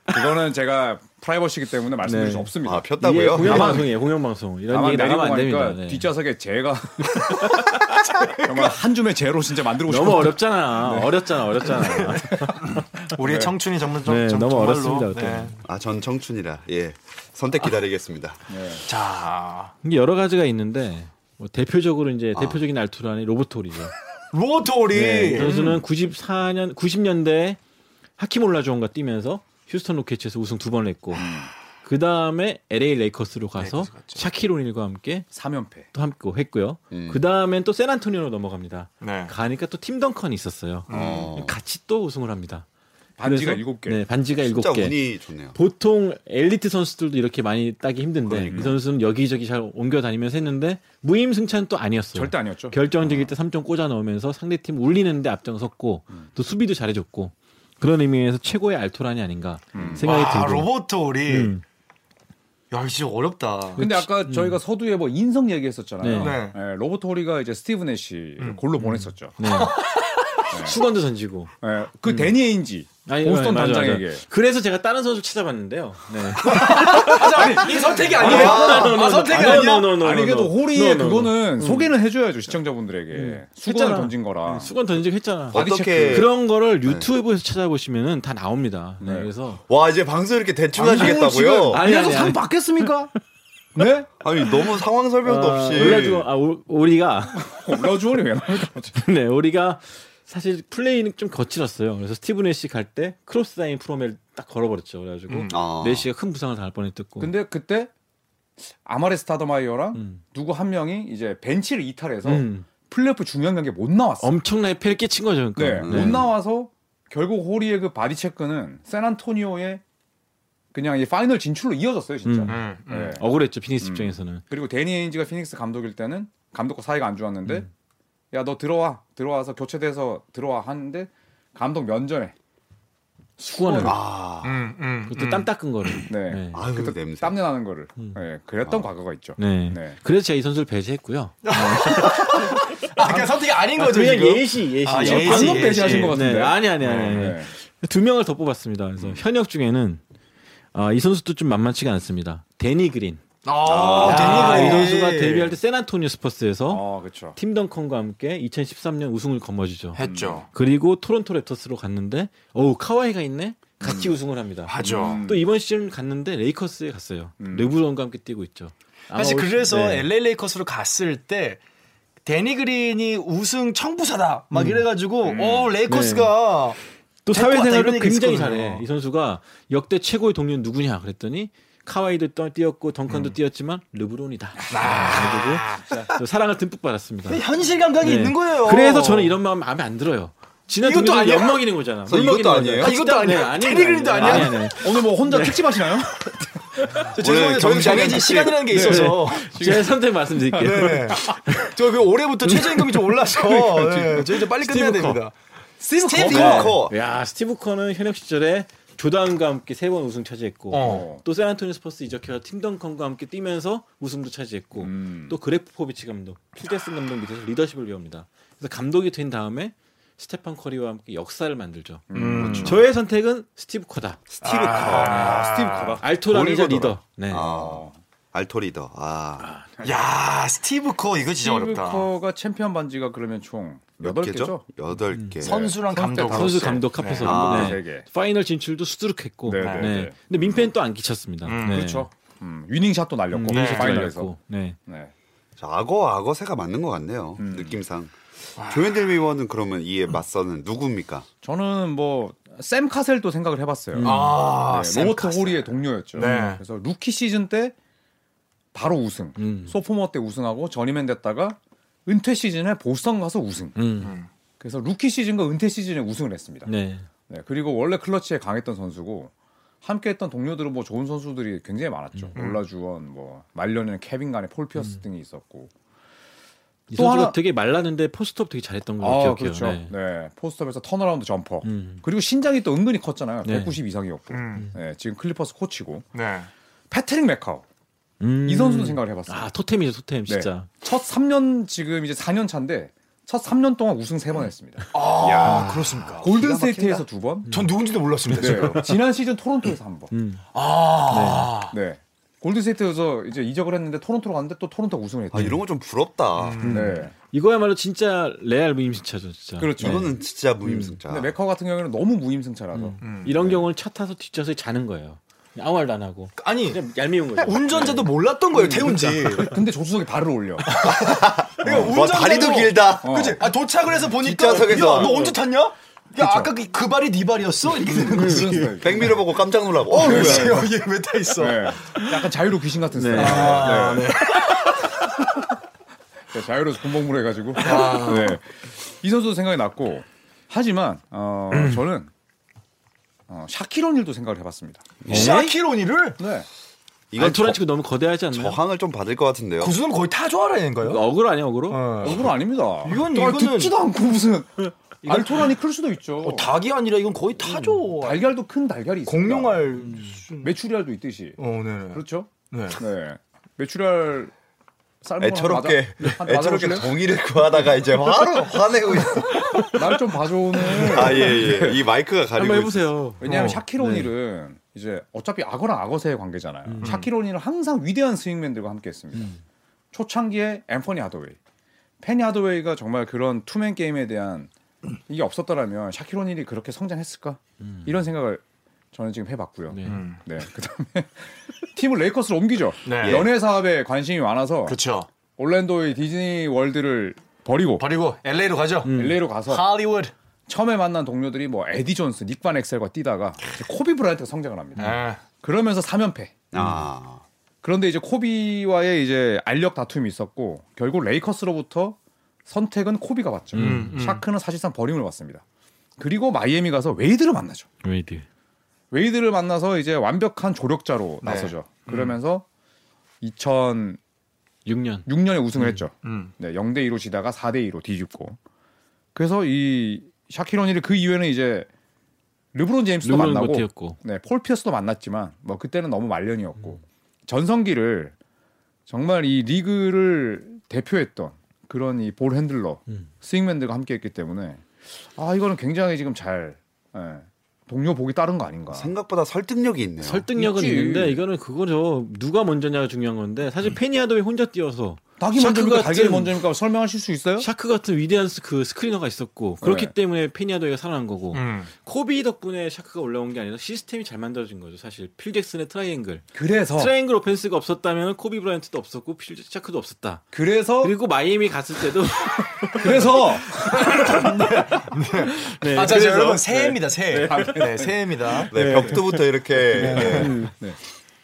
그거는 제가 프라이버시기 때문에 말씀드릴 네. 수 없습니다. 아 이게 폈다고요? 공영 방송이에요 공영 방송 이런 다만 얘기 아, 내리고 나가면 안 가니까 됩니다. 네. 뒷좌석에 제가 정말 한 줌의 제로 진짜 만들고 너무 싶어. 어렵잖아 어렵잖아 어렵잖아. 우리의 청춘이 정말 좀, 네, 좀 너무 정말로, 네. 어렸습니다, 그때. 아 전 청춘이라 예 선택 기다리겠습니다. 자 이게 여러 가지가 있는데 뭐 대표적으로 이제 대표적인 알투란이 로보톨이죠. 네. 로토리. 선수는 94년 90년대 하키몰라존과 뛰면서 휴스턴 로켓츠에서 우승 두 번 했고 그 다음에 LA 레이커스로 가서 레이커스 갔죠. 샤키로닐과 함께 3연패. 또 함께 했고요. 음. 그 다음엔 또 샌안토니오로 넘어갑니다. 네. 가니까 또 팀 덩컨이 있었어요. 어. 같이 또 우승을 합니다. 반지가 그래서- 일곱 개. 네, 반지가 일곱 진짜 개. 운이 좋네요. 보통 엘리트 선수들도 이렇게 많이 따기 힘든데 이 선수는 여기저기 잘 옮겨 다니면서 했는데 무임승차는 또 아니었어요. 절대 아니었죠. 결정적일 때 3점 꽂아 넣으면서 상대팀 울리는데 앞장섰고 또 수비도 잘해줬고 그런 의미에서 최고의 알토란이 아닌가 생각이 와 들고 로보토리. 음. 야 진짜 어렵다. 근데 아까 저희가 서두에 뭐 인성 얘기했었잖아요. 네. 예, 로버트 호리가 이제 스티브 내시 골로 보냈었죠. 음. 네. 수건도 던지고 예, 그 데니 에인지 보스턴 맞아, 맞아. 단장에게 그래서 제가 다른 선수 찾아봤는데요. 네. 이 선택이 아니에요. 아, 선택이 아니야. 아니 그래도 호리의 노, 노, 노. 그거는 소개는 해줘야죠 시청자분들에게 음. 수건을 했잖아. 던진 거라 수건 던지고 했잖아. 바디 어떻게 그런 거를 유튜브에서 찾아보시면은 다 나옵니다. 네, 그래서 와 이제 방송 이렇게 대충 지금 하시겠다고요? 아니, 그래서 아니, 상 아니. (laughs) 받겠습니까? 네? 아니 너무 상황 설명도 아, 없이 올라주 아 오- 오리가 올라주원이 어, 왜 나올까? 네, 우리가 사실 플레이는 좀 거칠었어요. 그래서 스티브 내시 갈 때 크로스 다인 프로멜 딱 걸어버렸죠. 그래가지고 아. 내시가 큰 부상을 당할 뻔했고. 근데 그때 아마레 스타더마이어랑 음. 누구 한 명이 이제 벤치를 이탈해서 음. 플레이오프 중요한 경기에 못 나왔어. 엄청나게 패를 끼친 거죠. 네, 그러니까. 못 나와서 결국 호리의 그 바디 체크는 샌안토니오의 그냥 이 파이널 진출로 이어졌어요, 진짜. 음. 음, 음. 네. 억울했죠. 피닉스 입장에서는. 그리고 데니 에인지가 피닉스 감독일 때는 감독과 사이가 안 좋았는데 음. 야 너 들어와 들어와서 교체돼서 들어와 하는데 감독 면전에 수건을. 아 음, 음, 그때 음. 땀 닦은 거를. 네. 네. 아유 그 냄새. 땀내 나는 거를 예, 그랬던 과거가 있죠. 음. 네. 네. 그래서 제가 이 선수를 배제했고요. 아, 그러니까 선택이 아닌 거죠 그냥 지금. 예시, 예시. 아, 예, 예시, 방금 예시. 배제하신 것 같은데. 네, 아니, 아니, 아니. 아니. 네. 두 명을 더 뽑았습니다. 그래서 현역 중에는 아, 이 선수도 좀 만만치가 않습니다. 데니 그린. 아, 아, 데니 이 그린. 선수가 데뷔할 때 샌안토니오 스퍼스에서 아, 그렇죠. 팀 덩컨과 함께 2013년 우승을 거머쥐죠. 했죠. 그리고 토론토 랩터스로 갔는데 어우 카와이가 음. 있네. 같이 우승을 합니다. 하죠. 음. 또 이번 시즌 갔는데 레이커스에 갔어요. 르브론과 함께 뛰고 있죠. 아마 음. 사실 올 시- 그래서 네. LA 레이커스로 갔을 때 데니 그린이 우승 청부사다 막 이래가지고 어 레이커스가 또 데리고 왔다 사회생활을 이런 얘기 굉장히 있었거든요. 잘해. 이 선수가 역대 최고의 동료는 누구냐 그랬더니 카와이도 떠- 뛰었고 음. 덩컨도 뛰었지만 르브론이다. 그리고 또 사랑을 듬뿍 받았습니다. 현실 아, 감각이 네. 있는 거예요. 그래서 저는 이런 마음 마음에 안 들어요. 지난 이것도 동료들 아니야? 엿먹이는 거잖아. 그래서 물먹이는 이것도 거잖아. 아니에요? 같이 이것도 땀- 네, 아니야? 아니에요, 테리 그린도 아니에요. 아니야? 아니, (laughs) 아니, 아니. 오늘 뭐 네. 혼자 특집하시나요? 저 죄송해요. 오늘 네, 저는 경쟁은 정해진 같이- 시간이라는 게 네, 있어서 네. 제 선택 말씀드릴게요. 네. 저 그 올해부터 최저임금이 좀 올라서 네, 저희 이제 빨리 끝내야 스티브 커. 됩니다. 스티브, 커. 커. 야 스티브 커는 현역 시절에 조단과 함께 세 번 우승 차지했고 어. 또 샌안토니오 스퍼스 이적해서 팀 덩컨과 함께 뛰면서 우승도 차지했고 음. 또 그래프포비치 감독, 필데슨 감독 밑에서 리더십을 배웁니다. 그래서 감독이 된 다음에 스테판 커리와 함께 역사를 만들죠. 음. 음. 저의 선택은 스티브 커다. 스티브 아, 스티브 커다. 알토란이자 머리가 리더. 네. 커. 아 알토리더. 아 야 스티브 커 이거 진짜 스티브 어렵다. 커가 챔피언 반지가 그러면 총 여덟 개죠 음, 여덟 개. 선수랑 선수 감독 선수 감독 합해서 네. 아, 네. 세 개. 파이널 진출도 수두룩했고. 네, 네, 네, 네. 근데 민폐는 또 안 끼쳤습니다. 네. 그렇죠. 음, 위닝샷도 날렸고 음, 네. 파이널에서. 네. 네. 자, 악어 악어 새가 맞는 것 같네요. 음. 느낌상. 조현일 위원은 그러면 이에 맞서는 누구입니까? 저는 뭐 샘 카셀도 생각을 해봤어요. 아 네, 샘 로버트 카스. 호리의 동료였죠. 네. 그래서 루키 시즌 때 바로 우승. 음. 소포머 때 우승하고 전임맨 됐다가 은퇴 시즌에 보스턴 가서 우승. 음. 그래서 루키 시즌과 은퇴 시즌에 우승을 했습니다. 네. 네, 그리고 원래 클러치에 강했던 선수고 함께했던 동료들은 뭐 좋은 선수들이 음. 굉장히 많았죠. 올라주원, 뭐 말년에는 케빈 간에 폴 피어스 등이 있었고 이 또 선수가 하나- 되게 말랐는데 포스트업 되게 잘했던 걸로 아, 기억해요. 그렇죠. 네. 네. 포스트업에서 턴어라운드 점퍼. 음. 그리고 신장이 또 은근히 컸잖아요. 네. 190 이상이었고. 음. 네, 지금 클리퍼스 코치고. 네. 패트릭 메카오. 음. 이 선수도 생각을 해봤어요. 아 토템이죠 토템 진짜. 첫 3년 지금 이제 4년 차인데 첫 3년 동안 우승 3번 했습니다. 아, 그렇습니까? 골든 스테이트에서 두 번. 전 누군지도 몰랐습니다. 지금. 네. 지난 시즌 토론토에서 한 번. 음. 아. 네. 골든 스테이트에서 이제 이적을 했는데 토론토로 갔는데 또 토론토 가 우승을 했죠. 음. 아 이런 거 좀 부럽다. 네. 이거야말로 진짜 레알 무임승차죠 진짜. 그렇죠. 이거는 진짜 무임승차. 근데 메카오 같은 경우에는 너무 무임승차라서 음. 이런 경우는 차 타서 뒷좌석에 자는 거예요. 아무 말도 안 하고. 아니 그냥 얄미운 어? 거죠. 운전자도 몰랐던 거예요 태운지. 그, 근데 조수석이 발을 올려. 아, 그러니까 와 뭐, 다리도 길다. 어. 그치? 아, 도착을 해서 보니까 뒷좌석에서. 야너 언제 탔냐? 야 아까 그, 그 발이 네 발이었어? 이렇게 되는 거지. 백미러 보고 깜짝 놀라고. 어, 왜 뭐야. 얘왜 타 있어? 네. 약간 자유로 귀신 같은 스타일. 아, 네. (laughs) 네, 자유로워서 군복무를 해가지고. 네. 이 선수도 생각이 났고. 하지만, 어, 음. 저는, 어, 샤키로닐도 생각을 해봤습니다. 예? 샤키로니를 네. 이건 저, 알토란치고 너무 거대하지 않나요? 저항을 좀 받을 것 같은데요. 고수는 거의 타조하라는가요? 어그로 아니야 어그로? 얼굴 아닙니다. 이건- 또 이거는- 듣지도 않고 무슨. 알토란이 클 수도 있죠. 어, 닭이 아니라 이건 거의 타조. 달걀도 큰 달걀이 있습니다. 공룡알. 메추리알도 있듯이. 어, 네. 그렇죠? 네. 네. 메추리알 삶은 애처롭게 네, 네, 애처롭게 동의를 구하다가 이제 화로 화내고 있어. 나를 좀 봐줘 오늘. 아예예. 이 마이크가 가리고 있어. 한번 해보세요. 왜냐하면 어. 샤키로닐은 네. 이제 어차피 악어랑 악어새의 관계잖아요. 음. 샤키로닐은 항상 위대한 스윙맨들과 함께했습니다. 초창기에 앰퍼니 하더웨이, 페니 하더웨이가 정말 그런 투맨 게임에 (clears throat) 대한 이게 없었더라면 샤키로닐이 그렇게 성장했을까 음. 이런 생각을 저는 지금 해봤고요. 네. 네, 그다음에 (laughs) 팀을 레이커스로 옮기죠. 네. 연예 사업에 관심이 많아서 그렇죠. 올랜도의 디즈니 월드를 버리고 버리고 LA로 음. 가죠. LA로 가서 할리우드. 처음에 만난 동료들이 뭐 에디 존스, 닉반 엑셀과 뛰다가 이제 코비 브라이트가 성장을 합니다. 네. 그러면서 3연패. 아 그런데 이제 코비와의 이제 알력 다툼이 있었고 결국 레이커스로부터 선택은 코비가 받죠. 음, 샤크는 사실상 버림을 받습니다. 그리고 마이애미 가서 웨이드를 만나죠. 웨이드. 웨이드를 만나서 이제 완벽한 조력자로 네. 나서죠. 음. 그러면서 6년. 2006년에 우승을 했죠. 음. 네, 0대 2로 지다가 4대 2로 뒤집고. 그래서 이 샤키로니를 그 이후에는 이제 르브론 제임스도 르브론 만나고 고티였고. 네, 폴 피어스도 만났지만 뭐 그때는 너무 말년이었고 전성기를 정말 이 리그를 대표했던 그런 이 볼 핸들러 음. 스윙맨들과 함께했기 때문에 아 이거는 굉장히 지금 잘 예, 동료 보기 따른 거 아닌가. 생각보다 설득력이 있네요. 설득력은 있지. 있는데 이거는 그거죠. 누가 먼저냐가 중요한 건데 사실 페니아도에 혼자 뛰어서 음. 닭이 먼저입니까? 샤크 달걀이 같은- 먼저입니까? 설명하실 수 있어요? 샤크 같은 위대한 스- 그 스크리너가 있었고 그렇기 네. 때문에 페니아도에가 살아난 거고 음. 코비 덕분에 샤크가 올라온 게 아니라 시스템이 잘 만들어진 거죠. 사실 필 잭슨의 트라이앵글. 그래서 트라이앵글 오펜스가 없었다면 코비 브라이언트도 없었고 필 잭- 샤크도 없었다. 그래서 그리고 마이애미 갔을 때도 그래서 네, 아, 자, 그래서- 자, 여러분 새해입니다 새해. 네, 새해입니다. 네, 벽두부터 (laughs) 이렇게 네. (laughs)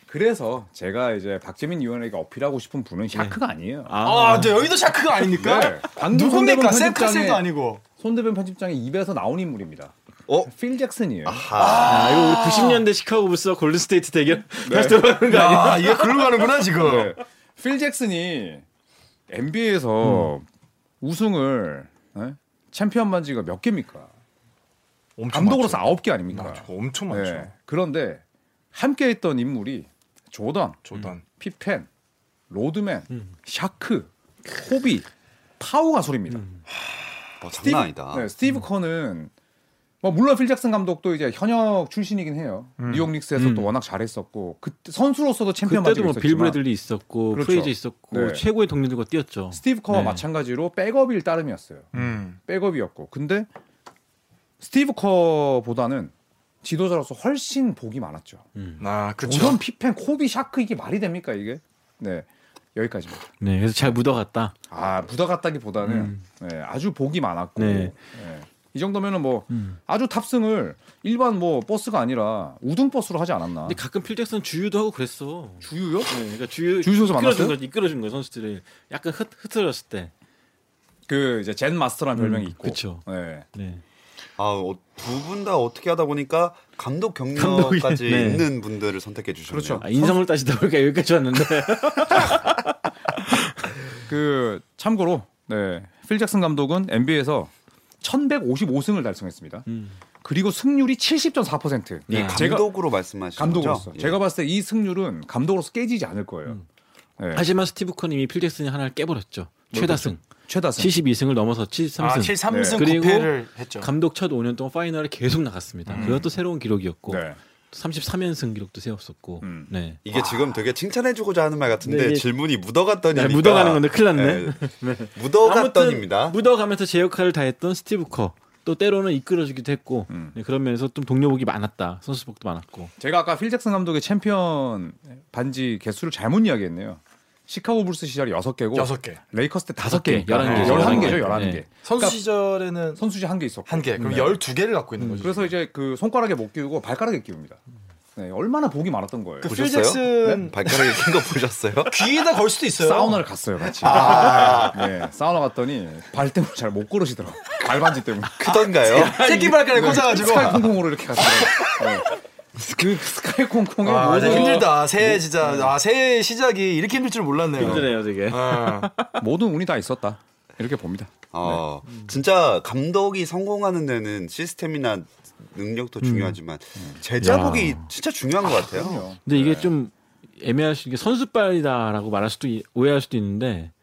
그래서 제가 이제 박재민 위원에게 어필하고 싶은 분은 샤크가 네. 아니에요. 아, 아, 네, 여기도 샤크가 아닙니까? 네. 방금 손대범 누굽니까? 셀 편집장의- 카셀도 아니고. 손대변 편집장의 입에서 나온 인물입니다. 어? 필 하. 잭슨이에요. (laughs) 아, 이거 우리 90년대 시카고 불스와 골든스테이트 대결 다시 돌아가는 거 아니야? 아, 얘 글로 가는구나 지금. 네. 필 잭슨이 NBA에서 음. 우승을 네? 챔피언 반지가 몇 개입니까? 엄청 감독으로서 많죠. 아홉 개 아닙니까? 많죠. 엄청 네. 많죠. 그런데 함께했던 인물이 조던, 조던. 피펜, 로드맨, 음. 샤크, 코비, 파우가 음. 소리입니다. 어, 장난 아니다. 네, 음. 스티브 커는 뭐 물론 필 잭슨 감독도 이제 현역 출신이긴 해요. 뉴욕 닉스에서 도 워낙 잘했었고 그때 선수로서도 챔피언 음. 그때도 받고 뭐 있었지만 빌브레들리 있었고 그렇죠. 프레이즈 있었고 네. 최고의 동료들과 뛰었죠. 스티브 커와 네. 마찬가지로 백업일 따름이었어요. 음. 백업이었고 근데 스티브 커보다는 지도자로서 훨씬 복이 많았죠. 아, 조던 피펜, 코비, 샤크 이게 말이 됩니까 이게? 네 여기까지입니다. 네, 그래서 잘 묻어갔다. 아 부다 같다기보다는 네, 아주 복이 많았고 네. 네. 이 정도면은 뭐 아주 탑승을 일반 뭐 버스가 아니라 우등 버스로 하지 않았나? 근데 가끔 필 잭슨 주유도 하고 그랬어. 주유요? 네, 그러니까 주유 주유 선수 이끌어준 만났어요? 거지, 이끌어준 거예요 선수들이 약간 흩, 흐트러졌을 때. 그 이제 젠 마스터라는 별명이 음, 있고. 그쵸. 네. 네. 아두 분 다 어떻게 하다 보니까 감독 감독이- 경력까지 네. 있는 분들을 선택해 주셨네요. 그렇죠. 아, (laughs) 인성을 네. 따지다 보니까 여기까지 왔는데. 그 참고로 네, 필 잭슨 감독은 NBA에서 1,155승을 달성했습니다. 그리고 승률이 70.4%. 이 네, 네, 감독으로 말씀하시죠. 감독으로서 예. 제가 봤을 때 이 승률은 감독으로서 깨지지 않을 거예요. 네. 하지만 스티브 커는 이미 필 잭슨이 하나를 뭐, 깨버렸죠. 그렇죠. 최다승. 최다승. 72승을 넘어서 73승. 아, 7, 3승 네. 그리고 9패를 했죠. 감독 첫 5년 동안 파이널에 계속 나갔습니다. 그것도 새로운 기록이었고 네. 33연승 기록도 세웠었고. 음. 네. 이게 지금 되게 칭찬해주고자 하는 말 같은데 네, 이게- 질문이 묻어갔더니 네, 묻어가는 건데 큰일 났네. 묻어갔더니입니다. 묻어가면서 제 역할을 다했던 스티브 커. 또 때로는 이끌어주기도 했고 네, 그런 면에서 좀 동료복이 많았다. 선수복도 많았고. 제가 아까 필 잭슨 감독의 챔피언 반지 개수를 잘못 이야기했네요. 시카고 불스 시절 6개고 6개. 레이커스 때 다섯 5개. 개, 11 개. 11개죠, 네. 11개. 그러니까 선수 시절에는 선수지 한 개 있었고. 한 개. 그럼 12개를 갖고 있는 거죠. 네. 그래서 이제 그 손가락에 못 끼우고 발가락에 끼웁니다. 네, 얼마나 복이 많았던 거예요. 그 보셨어요? 네? 뭐, 필잭슨 발가락에 낀 거 보셨어요? 귀에다 걸 수도 있어요. 그 사우나를 갔어요, 같이. 아. 네, 사우나 갔더니 발 때문에 잘 못 걸으시더라고. 요 발반지 (laughs) 때문에. 크던가요? 새끼 발가락에 네. 꽂아가지고. 스카이 콩콩으로 이렇게 갔더라고. 요그 스카이 콩콩에 아, 모든 진짜 뭐- 힘들다. 새해 진짜 음. 아 새해 시작이 이렇게 힘들 줄 몰랐네요. 힘드네요, 되게. 아, 모든 운이 다 있었다. 이렇게 봅니다. 어, 진짜 감독이 성공하는 데는 시스템이나 능력도 중요하지만 제자복이 진짜 중요한 것 같아요. 근데 이게 좀 애매할 수 있는 게 선수빨이다라고 말할 수도 있- 오해할 수도 있는데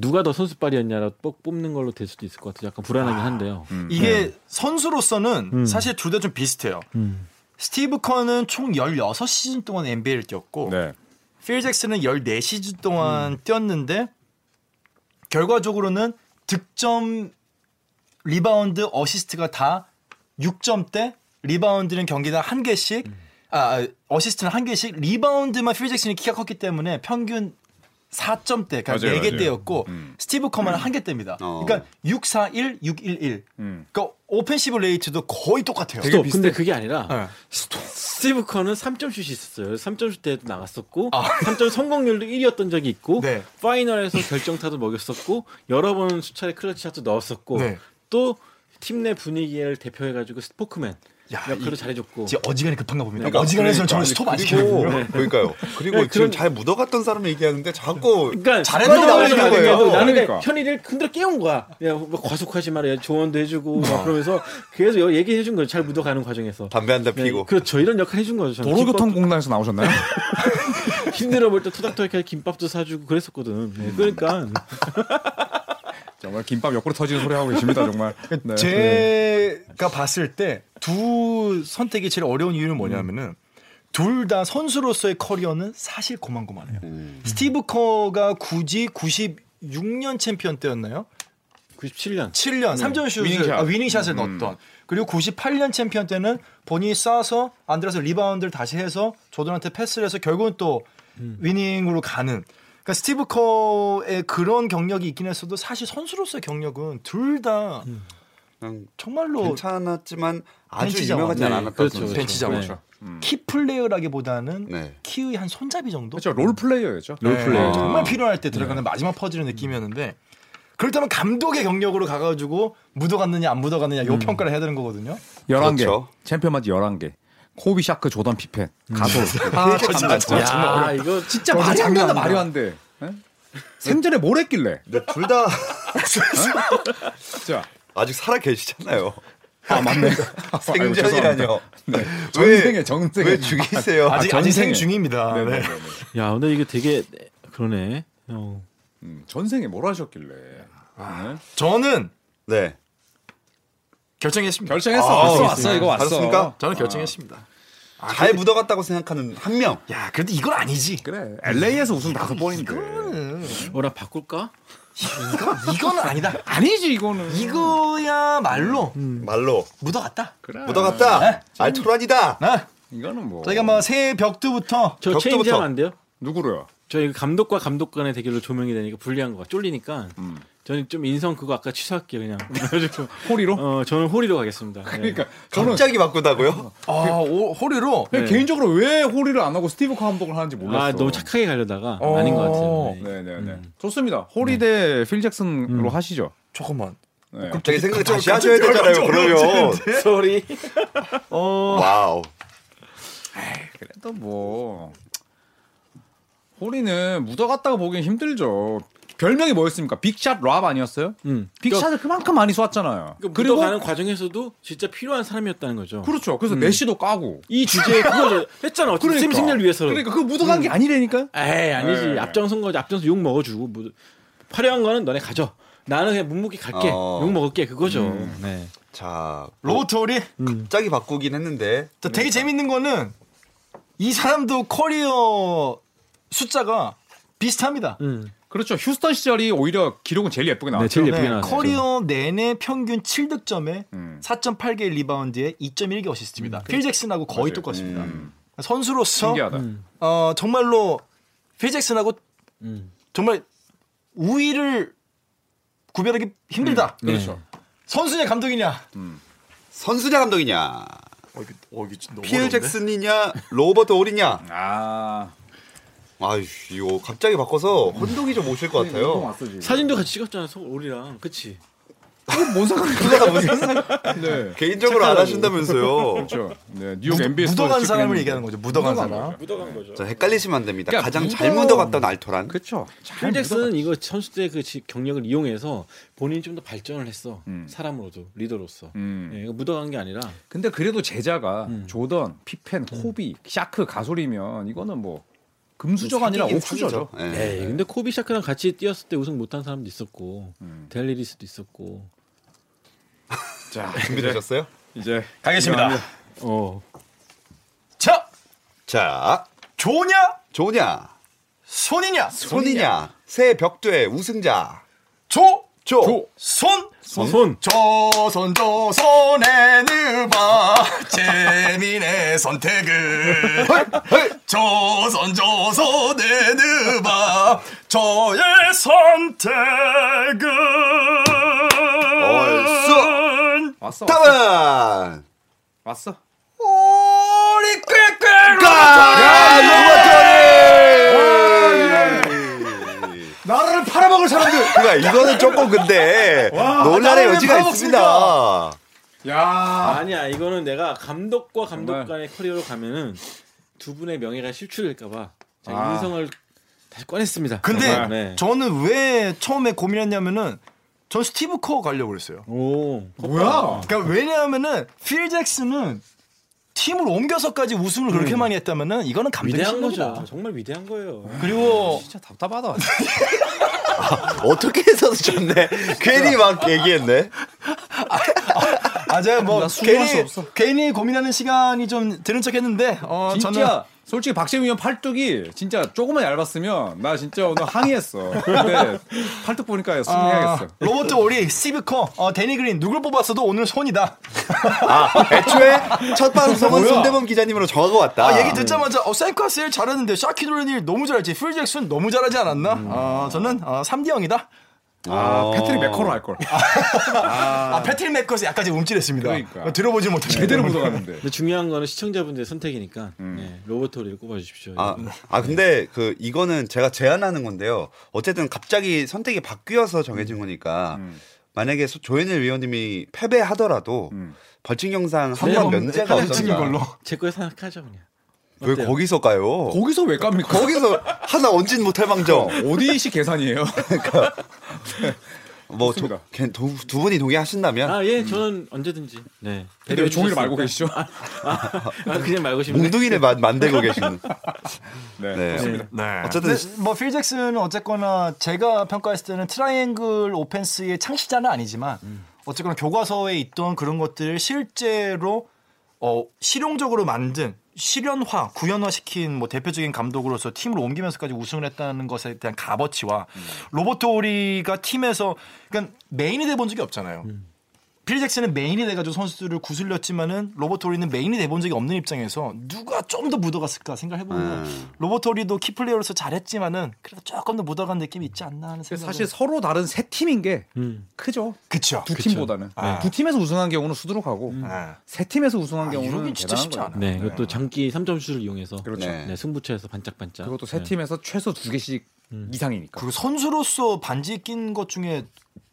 누가 더 선수빨이었냐라 뽑- 뽑는 걸로 될 수도 있을 것 같아서 약간 불안하긴 한데요. 음. 이게 네. 선수로서는 음. 사실 둘 다 좀 비슷해요. 스티브 커는 총 16시즌 동안 NBA를 뛰었고 네. 필 잭슨은 14시즌 동안 뛰었는데 결과적으로는 득점, 리바운드, 어시스트가 다 6점대, 리바운드는 경기당 한 개씩, 아, 아, 어시스트는 한 개씩, 리바운드만 필 잭슨이 키가 컸기 때문에 평균 4점대, 그러니까 맞아요, 4개대였고 스티브 커만 한 개대입니다. 어. 그러니까 6, 4, 1, 6, 1, 1. 음. 그러니까 오펜시브 레이트도 거의 똑같아요. 스톱. 근데 그게 아니라 네. 스티브 커는 3점슛이 있었어요. 3점슛 때도 나갔었고 3점 성공률도 1위였던 적이 있고 아. 네. 파이널에서 결정타도 먹였었고 여러 번 수차례 클러치 샷도 넣었었고 네. 또 팀 내 분위기를 대표해가지고 스포크맨 야, 역할을 이- 잘해줬고 이제 어지간히 급한 가 봅니다. 그러니까 어지간해서 그러니까. 저는 스톱 안 (laughs) 그리고 시키거든요. 네, 그러니까요. 그리고 그러니까 지금 그런- 잘 묻어갔던 사람을 얘기하는데 자꾸 그러니까 잘했다고 그런 생각하는 말을 거예요. 하고 나는 그러니까. 현이를 흔들어 깨운 거야. 야, 뭐 과속하지 말아. 야, 조언도 해주고 어. 막 그러면서 계속 얘기해 준 거예요. 잘 묻어가는 과정에서. 담배 한 대 네, 피고 그렇죠. 이런 역할 해준 거죠. 저는. 도로교통공단에서 나오셨나요? (laughs) 김밥- 힘들어 볼 때 토닥토닥 김밥도 사주고 그랬었거든. 음. 네, 그러니까 정말 김밥 옆구리 터지는 소리 하고 계십니다, 정말. 네. 제가 봤을 때 두 선택이 제일 어려운 이유는 뭐냐면은 둘 다 선수로서의 커리어는 사실 고만고만해요. 음. 스티브 커가 굳이 96년 챔피언 때였나요? 97년 7년 삼 3점 음. 슛을 위닝샷. 음. 아, 위닝샷을 넣었던 그리고 98년 챔피언 때는 본인이 쏴서 안드레스 리바운드를 다시 해서 조던한테 패스를 해서 결국은 또 음. 위닝으로 가는 그러니까 스티브 커의 그런 경력이 있긴 했어도 사실 선수로서의 경력은 둘 다 음. 그냥 정말로 괜찮았지만 아주 벤치장 유명하지 네, 않았다. 그렇죠, 네. 벤치 그렇죠. 잡아줘. 키 플레이어라기보다는 네. 키의 한 손잡이 정도. 그렇죠. 롤 플레이어였죠. 네, 플레이어. 정말 필요할 때 들어가는 마지막 퍼즐의 느낌이었는데 그렇다면 감독의 경력으로 가가지고 묻어갔느냐 안 묻어갔느냐 요 평가를 해야 되는 거거든요. 11개. 그렇죠. 챔피언 맞지 11개. 코비 샤크, 조던 피펜, 가솔. 아, 진짜 야 이거 진짜 말이 안 된다, 말이 안 돼. 예? 생전에 뭘 했길래? 근데 둘다 (laughs) 진짜. 아직 살아 계시잖아요. 아, (laughs) 맞네. 아, 생전이라뇨. 네. 정생에, 정생에. 왜 죽이세요? 아직 아직 전생에. 생 중입니다. 네. 야 근데 이게 되게 그러네. 어. 음, 전생에 뭘 하셨길래? 네. 저는 네. 결정했습니다. 결정했어. 아, 왔어, 왔어. 알겠습니다. 이거 왔어. 받았습니까? 저는 결정했습니다. 잘 묻어갔다고 생각하는 한 명. 아, 야 그래도 이건 아니지. 그래. LA에서 우승 다섯 번인데. 어라 바꿀까? 이건 이건 아니다. 아니지, 이거는. 이거야 말로 음. 말로 묻어갔다. 네? 묻어갔다. 알토란이다. 아, 이거는 뭐. 저희가 뭐 새해 벽두부터 저 벽두부터. 체인지하면 안 돼요? 누구로요? 저 이거 감독과 감독 간의 대결로 조명이 되니까 불리한 거가 쫄리니까 음. 저는 좀 인성 그거 아까 취소할게요 그냥. 그래가지고 호리로? 어 저는 호리로 가겠습니다. 네. 그러니까 저는 갑자기 바꾸다고요? 아, 오, 호리로 그냥 네. 개인적으로 왜 호리를 안 하고 스티브 커 감독을 하는지 몰랐어. 어, 네. 어. 아 너무 착하게 가려다가 아닌 것 같아요. 네. 음. 네네네. 좋습니다. 호리 대필 잭슨으로 하시죠. 잠깐만. 네. 갑자기 생각 좀 하셔야 되잖아요. 그러면 소리. 어. 와우. 그래도 뭐 호리는 묻어갔다가 보기엔 힘들죠. 별명이 뭐였습니까? 빅샷 랍 아니었어요? 음. 빅샷을 그만큼 많이 쏘았잖아요. 그러니까 그리고 묻어가는 과정에서도 진짜 필요한 사람이었다는 거죠. 그렇죠. 그래서 음. 메시도 까고. 이 주제에 그걸 했잖아. 어차피 팀 승리를 위해서. 그러니까 그거 묻어간 음. 게 아니라니까요. 에이 아니지 네. 앞장선 거지 앞장서 욕 먹어주고 뭐, 화려한 거는 너네 가져 나는 그냥 묵묵히 갈게 어. 욕 먹을게 그거죠 네. 자, 로 로토리? 갑자기 바꾸긴 했는데 저 되게 그러니까. 재밌는 거는 이 사람도 커리어 숫자가 비슷합니다. 음, 그렇죠. 휴스턴 시절이 오히려 기록은 제일 예쁘게 나왔죠. 네, 제일 예쁘게 네, 나왔죠 커리어 내내 평균 7득점에 음. 4.8개 리바운드에 2.1개 어시스트입니다. 음, 그렇죠. 필 잭슨하고 거의 맞아요. 똑같습니다. 음. 선수로서 신기하다. 어, 정말로 필 잭슨하고 음. 정말 우위를 구별하기 힘들다. 음, 네. 그렇죠. 선수냐 감독이냐? 선수냐 감독이냐, 어, 이게, 어, 이게 진짜 너무 필 어려운데? 잭슨이냐, 로버트 네. 올이냐. 아. 아유, 이거 갑자기 바꿔서 혼동이 좀 오실 것 어. 네, 같아요. 사진도 같이 찍었잖아 서울 올이랑 그치 뭔 상관이야? 무슨 상관? 네. 개인적으로 안 (laughs) 하신다면서요. 그렇죠. 네, 뉴욕 NBA에서 묻어간 사람을 얘기하는 거죠. 묻어간 묻어간 사람. 묻어간 거죠 자, 헷갈리시면 안 됩니다. 그러니까 가장 무거운- 잘 묻어갔던 알토란. 그렇죠. 필 잭슨은 이거 선수 때 그 경력을 이용해서 본인이 좀 더 발전을 했어 음. 사람으로도 리더로서 음. 예, 이거 묻어간 게 아니라 근데 그래도 제자가 조던, 피펜, 코비, 샤크, 가솔이면 이거는 뭐 금수저가 아니라 사기긴 옥수저죠. 사기죠. 예. 네. 에이, 근데 코비 샤크랑 같이 뛰었을 때 우승 못한 사람도 있었고 델리리스도 있었고 (laughs) 자, 준비되셨어요? 이제 가겠습니다. 어 자, 자, 조냐? 조냐, 손이냐? 손이냐, 새 벽두의 우승자. 조? 조. 손? 손. 조선 조선의 (laughs) 누바 재민의 선택은 조선 조선의 누바 저의 선택은 얼쑤. 왔어. 왔어. 답은 왔어. 우리 꾀꾀가 가 로버트리. 나라를 팔아먹을 사람들 그러니까 이거는 조금 근데 논란의 나는 여지가 밥 있습니다. 야. 아니야 이거는 내가 감독과 감독 정말. 간의 커리어로 가면은 두 분의 명예가 실추될까봐 제가 아. 인성을 다시 꺼냈습니다. 근데 정말. 네. 저는 왜 처음에 고민했냐면은 전 스티브 커 가려고 그랬어요 오 뭐야? 그러니까 왜냐하면은 필 잭슨은 팀을 옮겨서까지 우승을 그러니까. 그렇게 많이 했다면은 이거는 감독이 위대한 신 거죠. 겁니다. 정말 위대한 거예요. (laughs) 그리고 진짜 답답하다. 어떻게 해서 좋네. 괜히 막 얘기했네. 아 제가 뭐 나 수긍할 수 괜히 없어. 괜히 고민하는 시간이 좀 드는 척했는데 어 진짜 저는 솔직히 박재민 의원 팔뚝이 진짜 조금만 얇았으면 나 진짜 오늘 항의했어. (laughs) 근데 팔뚝 보니까 승리하겠어. 아, 로버트 오리, 스티브 커, 어, 데니 그린 누굴 뽑았어도 오늘 손이다. 아, 애초에 첫 방송은 손대범 기자님으로 정하고 왔다. 아, 네. 얘기 듣자마자 어 샌카스일 잘하는데 샤키도레닐 너무 잘하지, 필 잭슨 너무 잘하지 않았나? 음. 아 저는 어, 3대 0이다. 아, 패트릭 맥커로 할 걸. 아, 패트릭 맥커스 약간 좀 움찔했습니다. 그러니까. 들어보지 못한 (laughs) 제대로 묻어갔는데. 근데 중요한 거는 시청자분들의 선택이니까 음. 네, 로버토리를 꼽아주십시오. 아, 아 근데 그 이거는 제가 제안하는 건데요. 어쨌든 갑자기 선택이 바뀌어서 정해진 거니까 만약에 소- 조현일 위원님이 패배하더라도 벌칙 영상 한 번 면제가 찍은 없었나? 걸로. 제 거에 생각하죠 그냥. 왜 어때요? 거기서 가요? 거기서 어, 왜 깝니까? 거기서 하나 얹진 못할 망정. 오디시 계산이에요. 뭐 두 좋습니다. 분이 동의하신다면 아 예, 저는 언제든지. 네. 음. 근데 왜 종이를 말고 데려오셨으니까. 계시죠? 아, 그냥 말고 싶네. 몽둥이를 마- 만들고 계시는. 네. 네. 어쨌든 근데 뭐필 잭슨은 어쨌거나 제가 평가했을 때는 트라이앵글 오펜스의 창시자는 아니지만 어쨌거나 교과서에 있던 그런 것들을 실제로 어, 실용적으로 만든 실현화, 구현화시킨 뭐 대표적인 감독으로서 팀을 옮기면서까지 우승을 했다는 것에 대한 값어치와 로버트 오리가 팀에서 그러니까 메인이 돼본 적이 없잖아요. 필 잭슨은 메인이 돼가지고 선수들을 구슬렸지만은 로버트 오리는 메인이 돼본 적이 없는 입장에서 누가 좀 더 묻어갔을까 생각해보면 네. 로버트 오리도 키플레이어로서 잘했지만은 그래도 조금 더 묻어간 느낌이 있지 않나 하는 생각. 사실 서로 다른 세 팀인 게 크죠. 그쵸. 두 팀보다는 네. 아. 두 팀에서 우승한 경우는 수두룩하고 아. 세 팀에서 우승한 아, 경우는 이러긴 진짜 대단한 쉽지 거예요. 않아. 네, 이것도 장기 3점슛을 이용해서 그렇죠. 네. 네, 승부처에서 반짝반짝. 그것도 세 네. 팀에서 최소 두 개씩 이상이니까. 그리고 선수로서 반지 낀 것 중에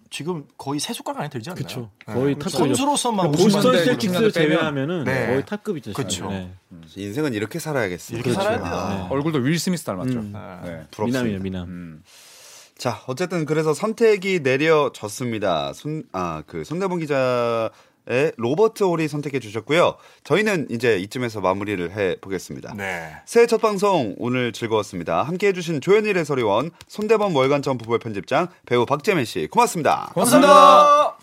지금 거의 세 숟가락 안에 들지 않나요? 그쵸. 거의 네. 탑급이죠. 선수로서만 보스턴 우승한 보스턴 데는 아, 중간에 셀틱스 빼면- 제외하면은 네. 거의 탑급이죠. 지금. 그쵸. 네. 그렇죠. 인생은 이렇게 살아야겠어요. 이렇게 살아야 돼요. 얼굴도 윌 스미스 닮았죠. 네. 음. 그 아, 부럽습니다. 미남이에요, 미남. 음. 자, 어쨌든 그래서 선택이 내려졌습니다. 손, 아, 그 손대본 기자의 로버트 홀이 선택해 주셨고요. 저희는 이제 이쯤에서 마무리를 해 보겠습니다. 네. 새해 첫 방송 오늘 즐거웠습니다. 함께 해주신 조현일 해설위원, 손대범 월간점 부부 편집장, 배우 박재민 씨 고맙습니다. 감사합니다.